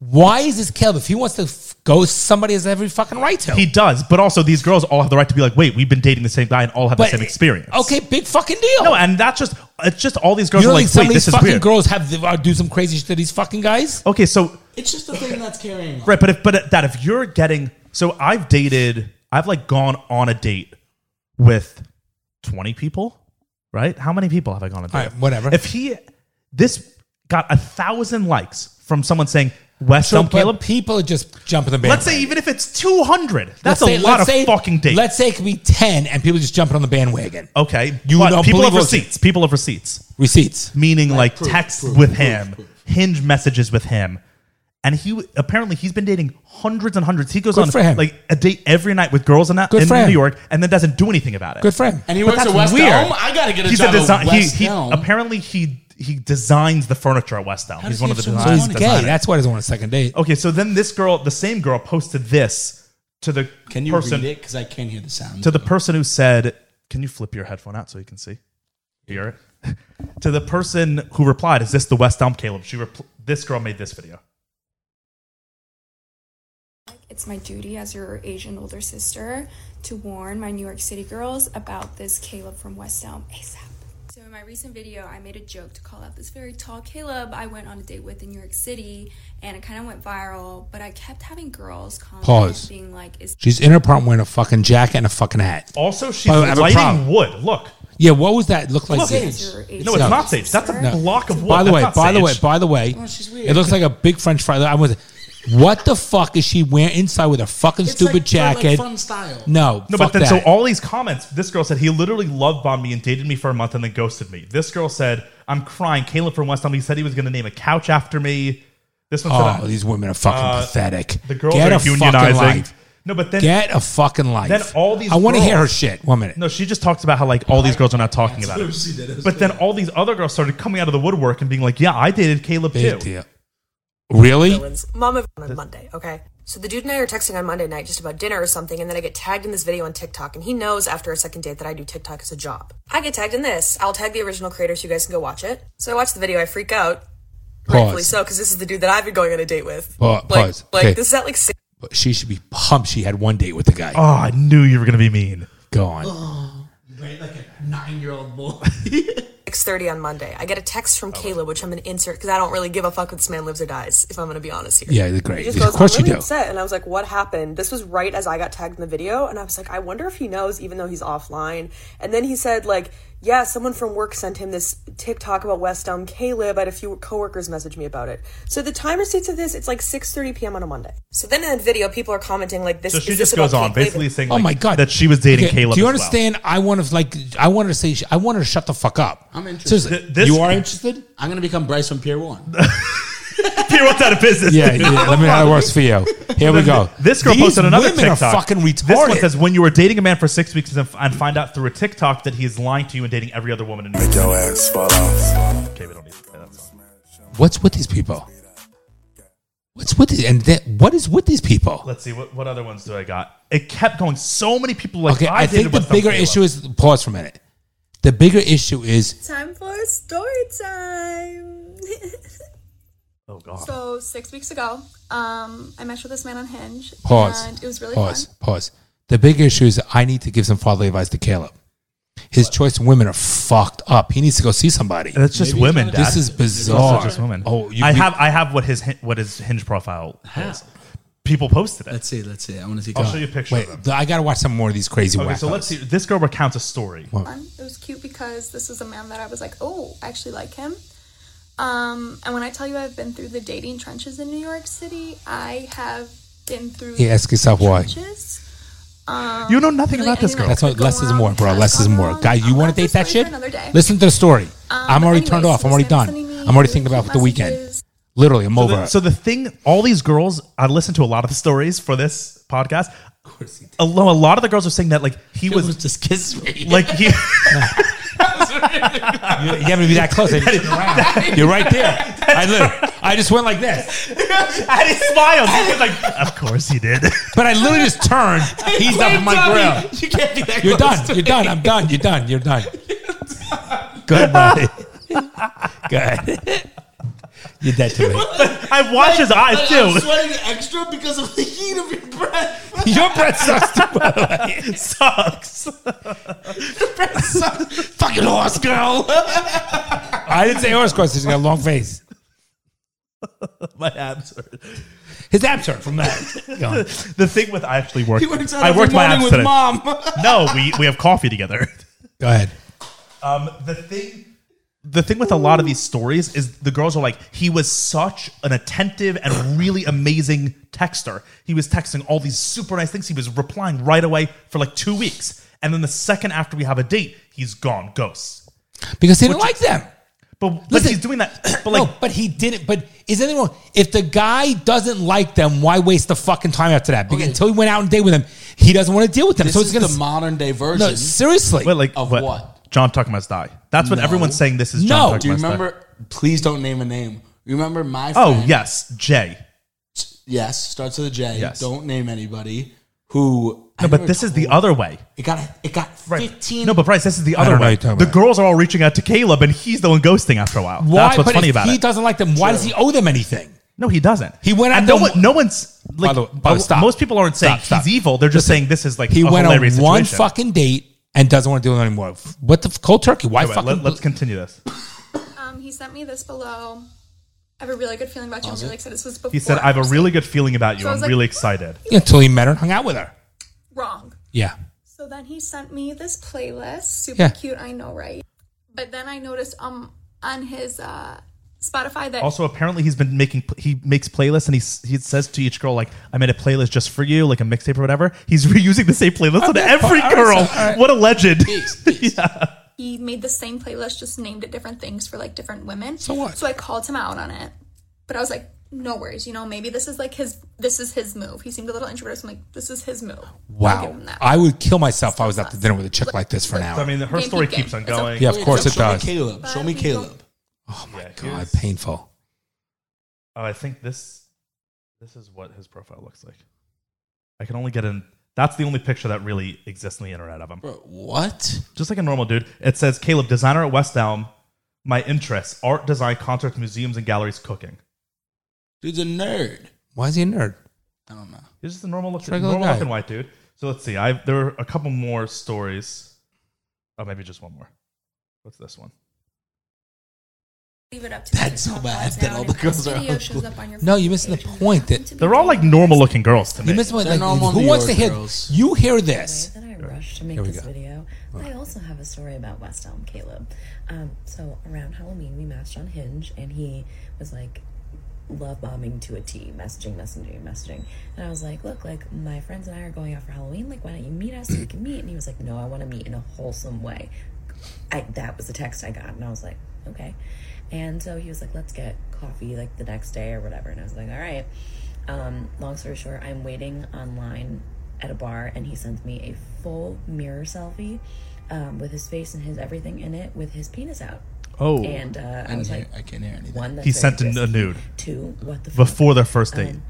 C: Why is this Caleb? If he wants to f- ghost somebody, has every fucking right to.
B: He does, but also these girls all have the right to be like, wait, we've been dating the same guy and all have
C: But-
B: the same experience.
C: Okay, big fucking deal.
B: No, and that's just it's just all these girls
C: you
B: are
C: don't
B: like,
C: think some
B: wait,
C: of these
B: this is
C: fucking
B: weird.
C: girls have the, uh, do some crazy shit to these fucking guys?
B: okay, so
D: It's just the thing that's carrying. On.
B: Right, but if but that if you're getting so I've dated I've like gone on a date with twenty people, right? How many people have I gone on a date?
C: All right,
B: with?
C: whatever.
B: If he this got a thousand likes from someone saying West
C: So,
B: Elm
C: but
B: Caleb.
C: people are just jumping the bandwagon.
B: Let's say even if it's two hundred, that's
C: Let's say-
B: a lot
C: let's
B: of
C: say-
B: fucking dates.
C: Let's say it could be ten, and people just jumping on the bandwagon.
B: okay,
C: You
B: but
C: don't
B: people have
C: believe us.
B: receipts. People have receipts.
C: Receipts.
B: meaning like,
D: proof,
B: text
D: proof,
B: with
D: proof,
B: him,
D: proof.
B: hinge messages with him. And he w- apparently he's been dating hundreds and hundreds. He goes
C: Good
B: on
C: for him.
B: like a date every night with girls in, that,
C: Good
B: in
C: for
B: New
C: him.
B: York, and then doesn't do anything about it.
C: Good for him.
D: And he
B: But
D: works at
B: that's
D: West
B: weird.
D: Elm. I gotta get a
B: He's a
D: job
B: design.
D: at West
B: He, he
D: Elm.
B: apparently he he designs the furniture at West Elm.
D: does
B: He's
D: he
B: one of the
D: have so much
C: so
B: designers.
C: he's
D: Money.
C: gay. That's why he doesn't want a second date.
B: okay, so then this girl, the same girl, posted this to the
D: Can you
B: person
D: read it? Because I can't hear the sound.
B: to the person who said, "Can you flip your headphone out so you can see?" Hear it. to the person who replied, "Is this the West Elm Caleb?" She repl- this girl made this video.
H: It's my duty as your Asian older sister to warn my New York City girls about this Caleb from West Elm ASAP. So, in my recent video, I made a joke to call out this very tall Caleb I went on a date with in New York City, and it kind of went viral, but I kept having girls comment
C: Pause.
H: being like, Is
C: She's in her apartment wearing a fucking jacket and a fucking hat.
B: Also, she's
C: Oh, I have a
B: lighting
C: problem.
B: wood. Look,
C: Yeah, what was that look like?
B: Look,
C: to you?
H: this your Asian
B: no, it's
C: No.
B: not sage. That's a
H: sister?"
B: block of wood.
C: By the
B: That's
C: way,
B: not
C: by the way,
B: sage.
C: by the way,
D: Oh, she's weird.
C: it looks like a big French fry. I was, what the fuck is she wearing inside with a fucking
D: It's
C: stupid
D: like for, like,
C: jacket?
D: fun style.
C: no,
B: no, but
C: fuck
B: then
C: that.
B: so all these comments. This girl said he literally love bombed me and dated me for a month and then ghosted me. This girl said, "I'm crying." Caleb from West Elm. He said he was going to name a couch after me. This one said,
C: oh, these women are fucking pathetic.
B: Uh, The girls
C: Get
B: are
C: a fucking
B: unionizing.
C: life.
B: No, but then
C: Get a fucking life.
B: Then all these
C: I want to
B: girls-
C: hear her shit. One minute.
B: no, she just talks about how like all these girls are not talking about
D: what she did. It
B: it.
D: was
B: But then all these other girls started coming out of the woodwork and being like, "Yeah, I dated Caleb
C: Big
B: too."
C: deal. Really?
I: Dylan's mom of on Monday, okay? So the dude and I are texting on Monday night just about dinner or something, and then I get tagged in this video on TikTok, and he knows after a second date that I do TikTok as a job. I get tagged in this. I'll tag the original creator so you guys can go watch it. So I watch the video, I freak out. Rightfully
C: Pause.
I: so, because this is the dude that I've been going on a date with.
C: Pa-
I: like,
C: pause.
I: Like,
C: Okay.
I: this is at like six.
C: But she should be pumped. She had one date with the guy.
B: Oh, I knew you were gonna be mean.
C: Go on.
D: Right, like a nine-year-old boy.
I: 6.30 on Monday. I get a text from Caleb, which I'm going to insert because I don't really give a fuck if this man lives or dies, if I'm going to be honest here.
C: Yeah, they're great.
I: He just
C: Of
I: goes,
C: course
I: I'm really
C: you do.
I: upset. And I was like, what happened? This was right as I got tagged in the video. And I was like, I wonder if he knows, even though he's offline. And then he said, like, yeah, someone from work sent him this TikTok about West Elm. Caleb, I had a few coworkers message me about it. So the time receipts of this, it's like 6.30 p.m. on a Monday. So then in the video, people are commenting like this.
B: So she
I: is this
B: just goes
I: about
B: on,
I: Caleb?
B: basically saying,
C: Oh
B: like,
C: my god,
B: that she was dating
C: Okay,
B: Caleb.
C: Do you
B: as well.
C: understand? I want to like, I want to say, I want her to shut the fuck up.
D: I'm interested.
C: Seriously,
B: Th- this-
C: you are interested?
D: I'm gonna become Bryce from Pier One.
B: Peter what's out of business.
C: Yeah, yeah. let me know how it works for you. Here we go.
B: This girl
C: These
B: posted another
C: women
B: TikTok.
C: Are fucking retarded.
B: This one says, "When you were dating a man for six weeks and and find out through a TikTok that he is lying to you and dating every other woman in." Make your ass fall off. Okay, we don't need to play that song.
C: "What's with these people? What's with these? And that, what is with these people?"
B: Let's see what, what other ones do I got. It kept going. So many people like.
C: Okay, I,
B: dated
C: think the
B: West Elm
C: bigger
B: Caleb."
C: issue is pause for a minute. The bigger issue is
H: Time for story time.
B: Oh god.
H: so six weeks ago, um, I matched with this man on Hinge,
C: pause.
H: and it was really
C: pause.
H: fun.
C: Pause. The bigger issue is I need to give some fatherly advice to Caleb. His choice of women are fucked up. He needs to go see somebody.
B: That's just women. Dad.
C: This is bizarre.
B: That's just women.
C: Oh, you,
B: I
C: we-
B: have I have what his hin- what his hinge profile has. People posted it.
D: Let's see. Let's see. I want to see.
B: I'll show you a picture
C: Wait,
B: of them.
C: I gotta watch some more of these crazy.
B: Okay,
C: wackos.
B: so let's see. This girl recounts a story.
H: Fun. It was cute because this was a man that I was like, oh, I actually like him. Um, and when I tell you I've been through the dating trenches in New York City, I have been through.
C: Yeah, ask yourself why.
H: trenches.
B: you know nothing
H: really
B: about this
H: anyone
B: girl.
C: That's why
H: Could go
C: less is
H: on,
C: more, bro.
H: has
C: Less is
H: gone
C: more.
H: on.
C: Guy, you
H: I'll
C: want
H: have
C: to date
H: this
C: that
H: story
C: shit?
H: for another day. Um,
C: Listen to the story. I'm already
H: anyways,
C: turned off. I'm
H: this
C: already
H: man
C: done.
H: was sending me
C: I'm already
H: really
C: thinking about
H: cute
C: the weekend.
H: messages.
C: Literally, I'm
B: So
C: over.
B: the, so the thing, all these girls, I listened to a lot of the stories for this podcast. Of course, a, lo- a lot of the girls are saying that like he was
D: just kiss me.
B: like he.
C: you, you haven't been that close. I didn't turn around. You're right there. I literally, I just went like this,
B: and he smiled. He was like, "Of course he did."
C: but I literally just turned. He's up in my grill.
D: You can't be that
C: You're
D: close
C: done.
D: to
C: You're done. I'm done. You're done. You're done. Good, buddy. Good. You're dead to me.
B: I watched his eyes
D: Like, I'm
B: too.
D: sweating extra because of the heat of your breath.
C: Your breath sucks too, by the way.
B: Sucks.
C: Fucking horse girl. I didn't say horse girl. She's got a long face.
B: My abs hurt.
C: His abs hurt from that. Go on.
B: The thing with I actually worked.
D: He works out
B: I
D: every
B: worked my
D: morning
B: abs
D: with
B: today.
D: mom.
B: No, we we have coffee together.
C: Go ahead.
B: Um, the thing, the thing with a lot of these stories is the girls are like, he was such an attentive and really amazing texter. He was texting all these super nice things. He was replying right away for like two weeks, and then the second after we have a date, he's gone, ghosts.
C: Because he didn't like them.
B: But, but
C: Listen-
B: he's doing that. But like,
C: no, but he didn't. But is anything wrong? If the guy doesn't like them, why waste the fucking time after that? Because
D: Okay.
C: until he went out and date with them, he doesn't want to deal with them.
D: This
C: so it's
D: is
C: gonna
D: the modern day version.
C: no, seriously.
B: but like
D: Of what?
B: John talking about die. That's what
D: No.
B: everyone's saying. This is
C: No.
B: John
C: Do
B: talking
D: Do you
B: about
D: remember? Please don't name a name. Remember my friend?
B: Oh yes, Jay.
D: Yes, starts with a J.
B: Yes.
D: Don't name anybody who.
B: No, but this is the other way.
D: It got it got
B: Right.
D: fifteen.
B: No, but Bryce, this is the other
C: don't know
B: way.
C: what you're
B: The
C: talking about.
B: girls are all reaching out to Caleb, and he's the one ghosting after a while.
C: why?
B: That's what's
C: but
B: funny
C: if
B: about
C: he
B: it.
C: doesn't like them, why does he owe them anything?
B: No, he doesn't.
C: He went out
B: And no
C: there-
B: one. No one's like.
C: By the way- by the way, stop.
B: Most people aren't saying
C: Stop, stop.
B: he's evil. They're just saying this is like
C: He
B: a
C: went on
B: hilarious
C: one
B: situation.
C: fucking date and doesn't want to deal with them anymore. What the f- cold turkey? Why
B: Anyway,
C: fucking?
B: let, us continue this.
H: Um, he sent me this below. I have a really good feeling about you. I was really excited. This was before.
B: He said, "I have a really good feeling about you.
H: So I
B: I'm
H: was like-
B: really excited."
C: until he met her and hung out with her.
H: wrong.
C: Yeah.
H: So then he sent me this playlist, super
C: Yeah.
H: cute, I know, right? But then I noticed um on his uh Spotify that
B: Also, apparently, he's been making. He makes playlists, and he s- he says to each girl like, "I made a playlist just for you, like a mixtape or whatever." He's reusing the same playlist on every
C: all right,
B: girl.
C: so- all right.
B: What a legend!
H: he made the same playlist, just named it different things for like different women.
C: So what?
H: So I called him out on it, but I was like, no worries, you know, maybe this is like his
J: this is his move. He seemed a little introverted. So I'm like, this is his move. I'll give
C: Wow.
J: him that.
C: I would kill myself if I was out to dinner with a chick like this for an
B: So, I
C: hour.
B: mean, her
J: Game,
B: story
J: keep game.
B: keeps on
J: It's okay.
B: going.
C: Yeah, of course it
D: Show me
C: does.
D: Caleb. Show me Caleb.
C: Oh my
B: Yeah,
C: God,
B: here's-
C: painful.
B: Oh, I think this this is what his profile looks like. I can only get in. That's the only picture that really exists on the internet of him.
D: Bro, what?
B: Just like a normal dude. It says Caleb, designer at West Elm. My interests: art, design, concerts, museums, and galleries, cooking.
D: Dude's a nerd.
C: Why is he a nerd?
D: I don't know.
B: He's just a normal looking,
C: Regular
B: normal
C: guy.
B: looking white dude. So let's see. I there are a couple more stories. Oh, maybe just one more. What's this one?
H: Leave it up to
D: That's
H: you.
D: so bad
H: Now,
D: that all
H: and
D: the
H: if this
D: girls are
H: video
D: ugly.
H: shows up on your
C: No,
H: Facebook
C: you're missing the
H: page, you
C: point
H: happen
C: that-
H: to be
B: They're all like
H: dating
B: normal looking girls to
C: You
B: me.
C: miss what?
D: They're
C: Like,
D: normal
C: who
D: New
C: wants to
D: York
C: hear?
D: girls.
C: You hear this?
F: that I rushed to make
C: Here we
F: this
C: go.
F: video, I also have a story about West Elm Caleb. Um, so around Halloween, we matched on Hinge, and he was like love bombing to a T, messaging, messaging, messaging. And I was like, look, like my friends and I are going out for Halloween. Like, why don't you meet us? We can meet. And he was like, no, I want to meet in a wholesome way. I, that was the text I got, and I was like, okay. And so he was like, let's get coffee like the next day or whatever. And I was like, all right. Um, long story short, I'm waiting online at a bar, and he sends me a full mirror selfie um, with his face and his everything in it, with his penis out.
B: Oh,
F: And uh, I,
D: I, didn't
F: was
D: hear,
F: like,
D: I can't hear anything.
F: one. That
B: he sent
F: in
B: in a nude
F: Two. What the fuck?
B: before their first date.
F: Um,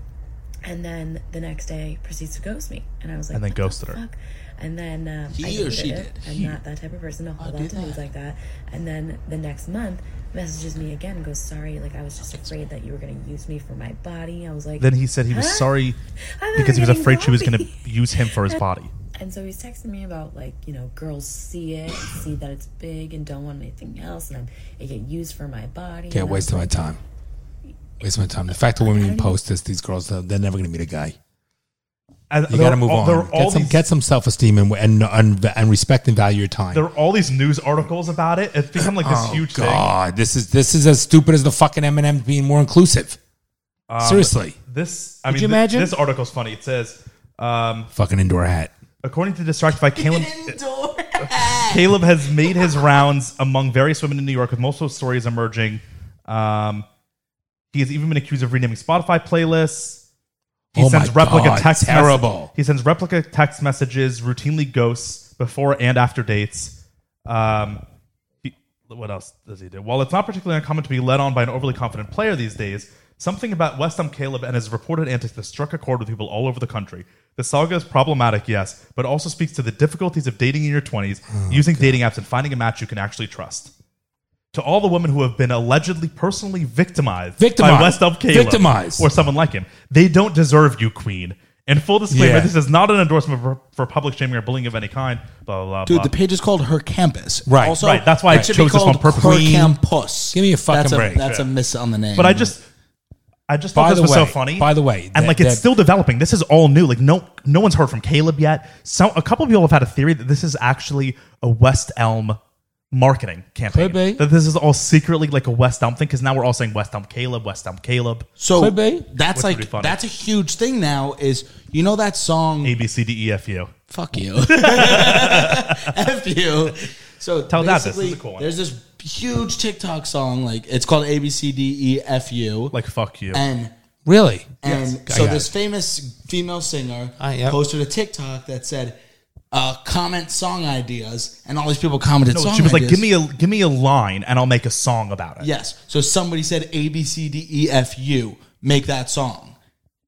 F: and then the next day proceeds to ghost me, and I was like,
B: And then
F: "What the
B: ghosted her.
F: fuck?" And then um,
D: He
F: I
D: or
F: deleted
D: she
F: it.
D: did?
F: I'm
D: He.
F: not that type of person to hold
D: I
F: on
D: did
F: to things
D: that.
F: like that. And then the next month messages me again, and goes, "Sorry, like I was just afraid that you were gonna use me for my body." I was like,
B: then he said he was
F: "Huh?
B: sorry
F: I thought we
B: because he was
F: were getting
B: afraid she was going to
F: coffee.
B: use him for his body.
F: And so he's texting me about like, you know, girls see it, see that it's big and don't want anything else, and i it get used for my body.
C: Can't
F: And I
C: waste
F: was
C: my
F: like,
C: time. Waste my time. The fact that women even post this, these girls, they're they're never going to meet a guy.
B: And
C: You
B: they're
C: got to move
B: all- there are
C: on.
B: all
C: Get some,
B: these-
C: get some self esteem and, and and and respect and value your time.
B: there are all these news articles about it. It's become like this
C: Oh,
B: huge thing.
C: God, this is this is as stupid as the fucking M being more inclusive.
B: Um,
C: Seriously,
B: this. I
C: Could
B: mean,
C: you
B: thi-
C: imagine?
B: this article's funny. It says, um,
C: fucking indoor hat.
B: according to Distractify, Caleb Caleb has made his rounds among various women in New York, with multiple stories emerging. Um, he has even been accused of renaming Spotify playlists. He
C: Oh my
B: sends replica
C: God,
B: text
C: terrible.
B: He sends replica text messages, routinely ghosts before and after dates. Um, he- what else does he do? While it's not particularly uncommon to be led on by an overly confident player these days, something about West Ham Caleb and his reported antics has struck a chord with people all over the country. The saga is problematic, yes, but also speaks to the difficulties of dating in your 20s,
C: Oh,
B: using dating apps, and finding a match you can actually trust. To all the women who have been allegedly personally victimized,
C: Victimized.
B: by West Elm Caleb
C: Victimized.
B: or someone like him, they don't deserve you, Queen. And full disclaimer,
C: Yeah.
B: this is not an endorsement for, for public shaming or bullying of any kind. Blah blah blah.
D: Dude,
B: blah.
D: the page is called Her Campus.
C: Right,
D: Also,
B: right, that's why I
D: it should be
B: chose this one
D: called
B: purposely.
D: Her Campus.
C: Give me a fucking
D: that's
C: break.
D: A, that's a miss on the name.
B: But I just, I just thought
C: By
B: this
C: the
B: was so
C: way-
B: funny.
C: by the way,
B: and
C: that-
B: like it's
C: that-
B: still developing. This is all new. Like no, no one's heard from Caleb yet. So a couple of people have had a theory that this is actually a West Elm marketing campaign.
C: Could be.
B: That this is all secretly like a West Elm thing because now we're all saying West Elm Caleb, West Elm Caleb,
D: so
C: Could be.
D: that's
B: Which would be
D: like
B: funny.
D: that's a huge thing now. Is you know that song?
B: A B C D E F U.
D: Fuck you. F you. So
B: Tell Dad this. This is a
D: basically,
B: cool one.
D: There's this huge TikTok song, like it's called A B C D E F U.
B: Like fuck you.
D: and
C: Really?
D: and
C: Yes.
D: so
C: I got
D: this
C: it.
D: famous female singer
C: Ah, yep.
D: posted a TikTok that said, uh, comment song ideas, and all these people commented
B: No,
D: song
B: she was like, "Give
D: ideas.
B: me a give me a line, and I'll make a song about it."
D: Yes. So somebody said A B C D E F U. Make that song.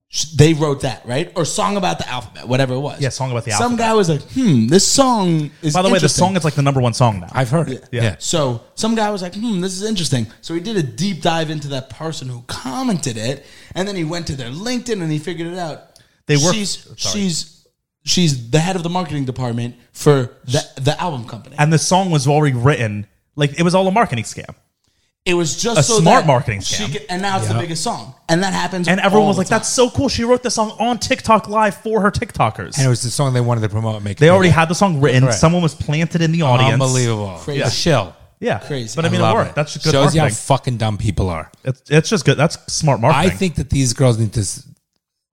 D: Sh- They wrote that right or song about the alphabet, whatever it was.
B: Yeah, song about the
D: Some
B: alphabet.
D: guy was like, "Hmm, this song is."
B: By the way, the
D: interesting.
B: song is like the number one song now.
C: I've heard it. Yeah.
D: So some guy was like, "Hmm, this is interesting." So he did a deep dive into that person who commented it, and then he went to their LinkedIn and he figured it out.
B: They work- Oh,
D: She's
B: sorry.
D: she's she's the head of the marketing department for the the album company.
B: and the song was already written. Like it was all a marketing scam.
D: It was just
B: A
D: so
B: smart
D: that
B: marketing
D: she
B: scam.
D: could- and now it's the biggest song, and that happens.
B: And everyone
D: all
B: was
D: the
B: like,
D: time.
B: "That's so cool! She wrote the song on TikTok Live for her TikTokers."
C: And it was the song they wanted to promote. Make
B: they already had the song written.
C: Correct.
B: Someone was planted in the audience.
C: unbelievable.
D: Crazy.
C: A shill.
B: Yeah,
D: Crazy.
B: But I
D: I
B: mean, it
C: Love
B: worked. That's just good
C: Shows you how
B: marketing.
C: fucking dumb people are.
B: it's, it's just good. That's smart marketing.
C: I think that these girls need to s-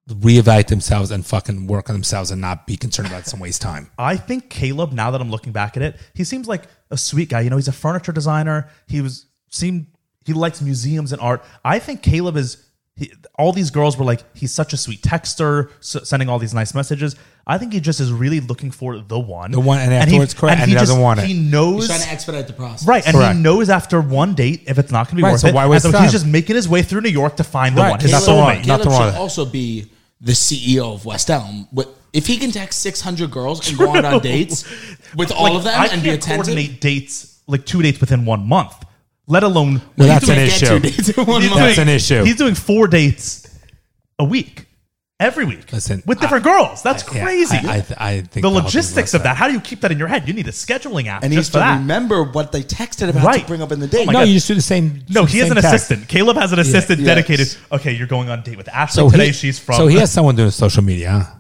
C: reevaluate themselves and fucking work on themselves and not be concerned about some waste time.
B: I think Caleb. Now that I'm looking back at it, he seems like a sweet guy. You know, he's a furniture designer. He was seemed he likes museums and art. I think Caleb is He, all these girls were like, he's such a sweet texter, s sending all these nice messages. I think he just is really looking for the one,
C: The one, and afterwards, correct, and he doesn't want it.
B: He knows,
F: He's trying to expedite the process.
B: right? And
C: Correct.
B: he knows after one date if it's not going to be
C: Right,
B: worth
C: so
B: it.
C: why
B: And
C: waste
B: so
C: time?
B: He's just making his way through New York to find the
C: Right,
B: one, his
C: not the
B: soulmate.
C: one, not
F: Caleb
C: the one.
F: should also be the
D: E
F: CEO of West Elm. But If he can text 600 girls and go out on dates with all
B: Like,
F: of them
B: I
F: and be
B: can't
F: attentive,
B: coordinate dates like two dates within one month, let alone
C: Well, that's
B: he's
C: an
B: doing-
F: get two
C: issue.
F: dates in one
B: he's
F: month.
C: That's an issue.
B: He's doing four dates a week, every week,
C: Listen,
B: with different girls. That's
C: Yeah,
B: crazy.
C: I, I, th- I think
B: the
C: whole thing's
B: logistics
C: messed
B: of
C: up.
B: that. How do you keep that in your head? You need a scheduling app
D: And he has
B: just
D: to
B: for that.
D: remember what they texted about
B: Right.
D: to bring up in the
B: Oh
D: date.
B: my
C: No,
B: God.
C: you just do the same.
B: no,
C: the
B: he has
C: same
B: an
C: task.
B: assistant. Caleb has an assistant
D: yes.
B: dedicated. Okay, you're going on a date with Ashley
C: he-
B: today. she's from.
C: So he has someone doing social media. Huh?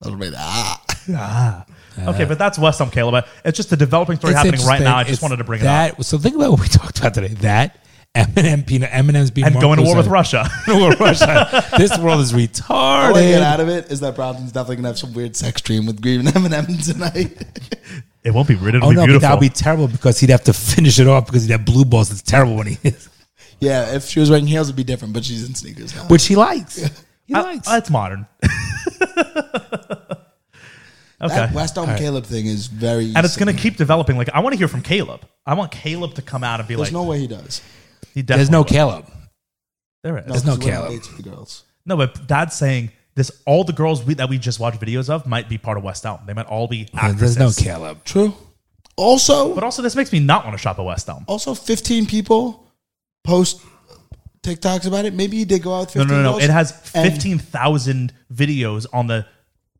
D: Little bit, ah.
B: Ah. okay, but that's West Elm, Caleb. It's just a developing story
C: Uh-huh. It's
B: happening right
C: interesting.
B: now. I just
C: It's
B: wanted to bring it up.
C: that, So think about what we talked about today. That Eminem, peanut Eminem's being
B: And
C: more
B: going to war with
C: inclusive.
B: Russia. Oh,
C: Going to war with Russia. this world is
D: All I get out
C: retarded.
D: of it is that Bronson's definitely gonna have some weird sex dream with Green and Eminem tonight.
B: it won't be written. It'll
C: Oh
B: be
C: no, but
B: beautiful.
C: that would be terrible because he'd have to finish it off because he'd have blue balls. It's terrible when he is,
D: yeah, if she was wearing heels, it'd be different, but she's in sneakers now.
C: which he likes. He
B: Uh,
C: likes.
B: uh, it's modern. okay.
D: That West Elm Caleb thing is very,
B: and it's going to keep developing. Like, I want to hear from Caleb. I want Caleb to come out and be
D: There's
B: like,
D: no way he does.
B: he definitely
C: There's no
B: will.
C: Caleb.
B: There is.
C: There's no
D: 'cause he went on
C: Caleb.
D: dates with the girls.
B: No, but dad's saying this. All the girls we, that we just watched videos of might be part of West Elm. They might all be actresses.
C: There's no Caleb.
D: True. Also,
B: But also, this makes me not want to shop at West Elm.
D: also, 15 people post TikToks about it. Maybe he did go out with
B: No,
D: 15
B: no, no, no.
D: girls
B: It has
D: and-
B: fifteen thousand videos on the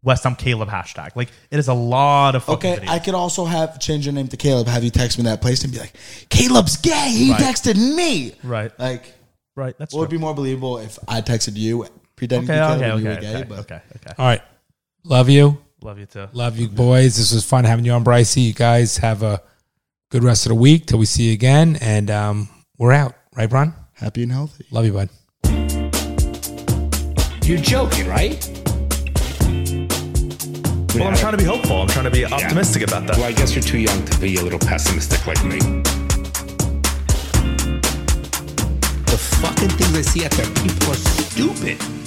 B: West Elm Caleb hashtag. Like, it is a lot of fucking
D: Okay,
B: videos.
D: I could also have change your name to Caleb. Have you text me that place and be like, Caleb's gay. He
B: Right.
D: texted me.
B: right,
D: Like,
B: right. That's
D: what would
B: true.
D: be more believable if I texted you pretending
B: okay,
D: to be Caleb
B: okay,
D: and
B: okay,
D: you were gay?
B: okay,
D: but
B: okay, okay.
C: All right. Love you.
B: Love you too.
C: Love you, boys. This was fun having you on, Brycey. You guys have a good rest of the week till we see you again. And um, we're out. Right, Bron?
D: happy and healthy.
C: Love you, bud. You're joking, right?
B: Well, I'm trying to be hopeful. I'm trying to be optimistic about that.
K: I guess you're too young to be a little pessimistic like me.
A: The fucking things I see out there, people are stupid.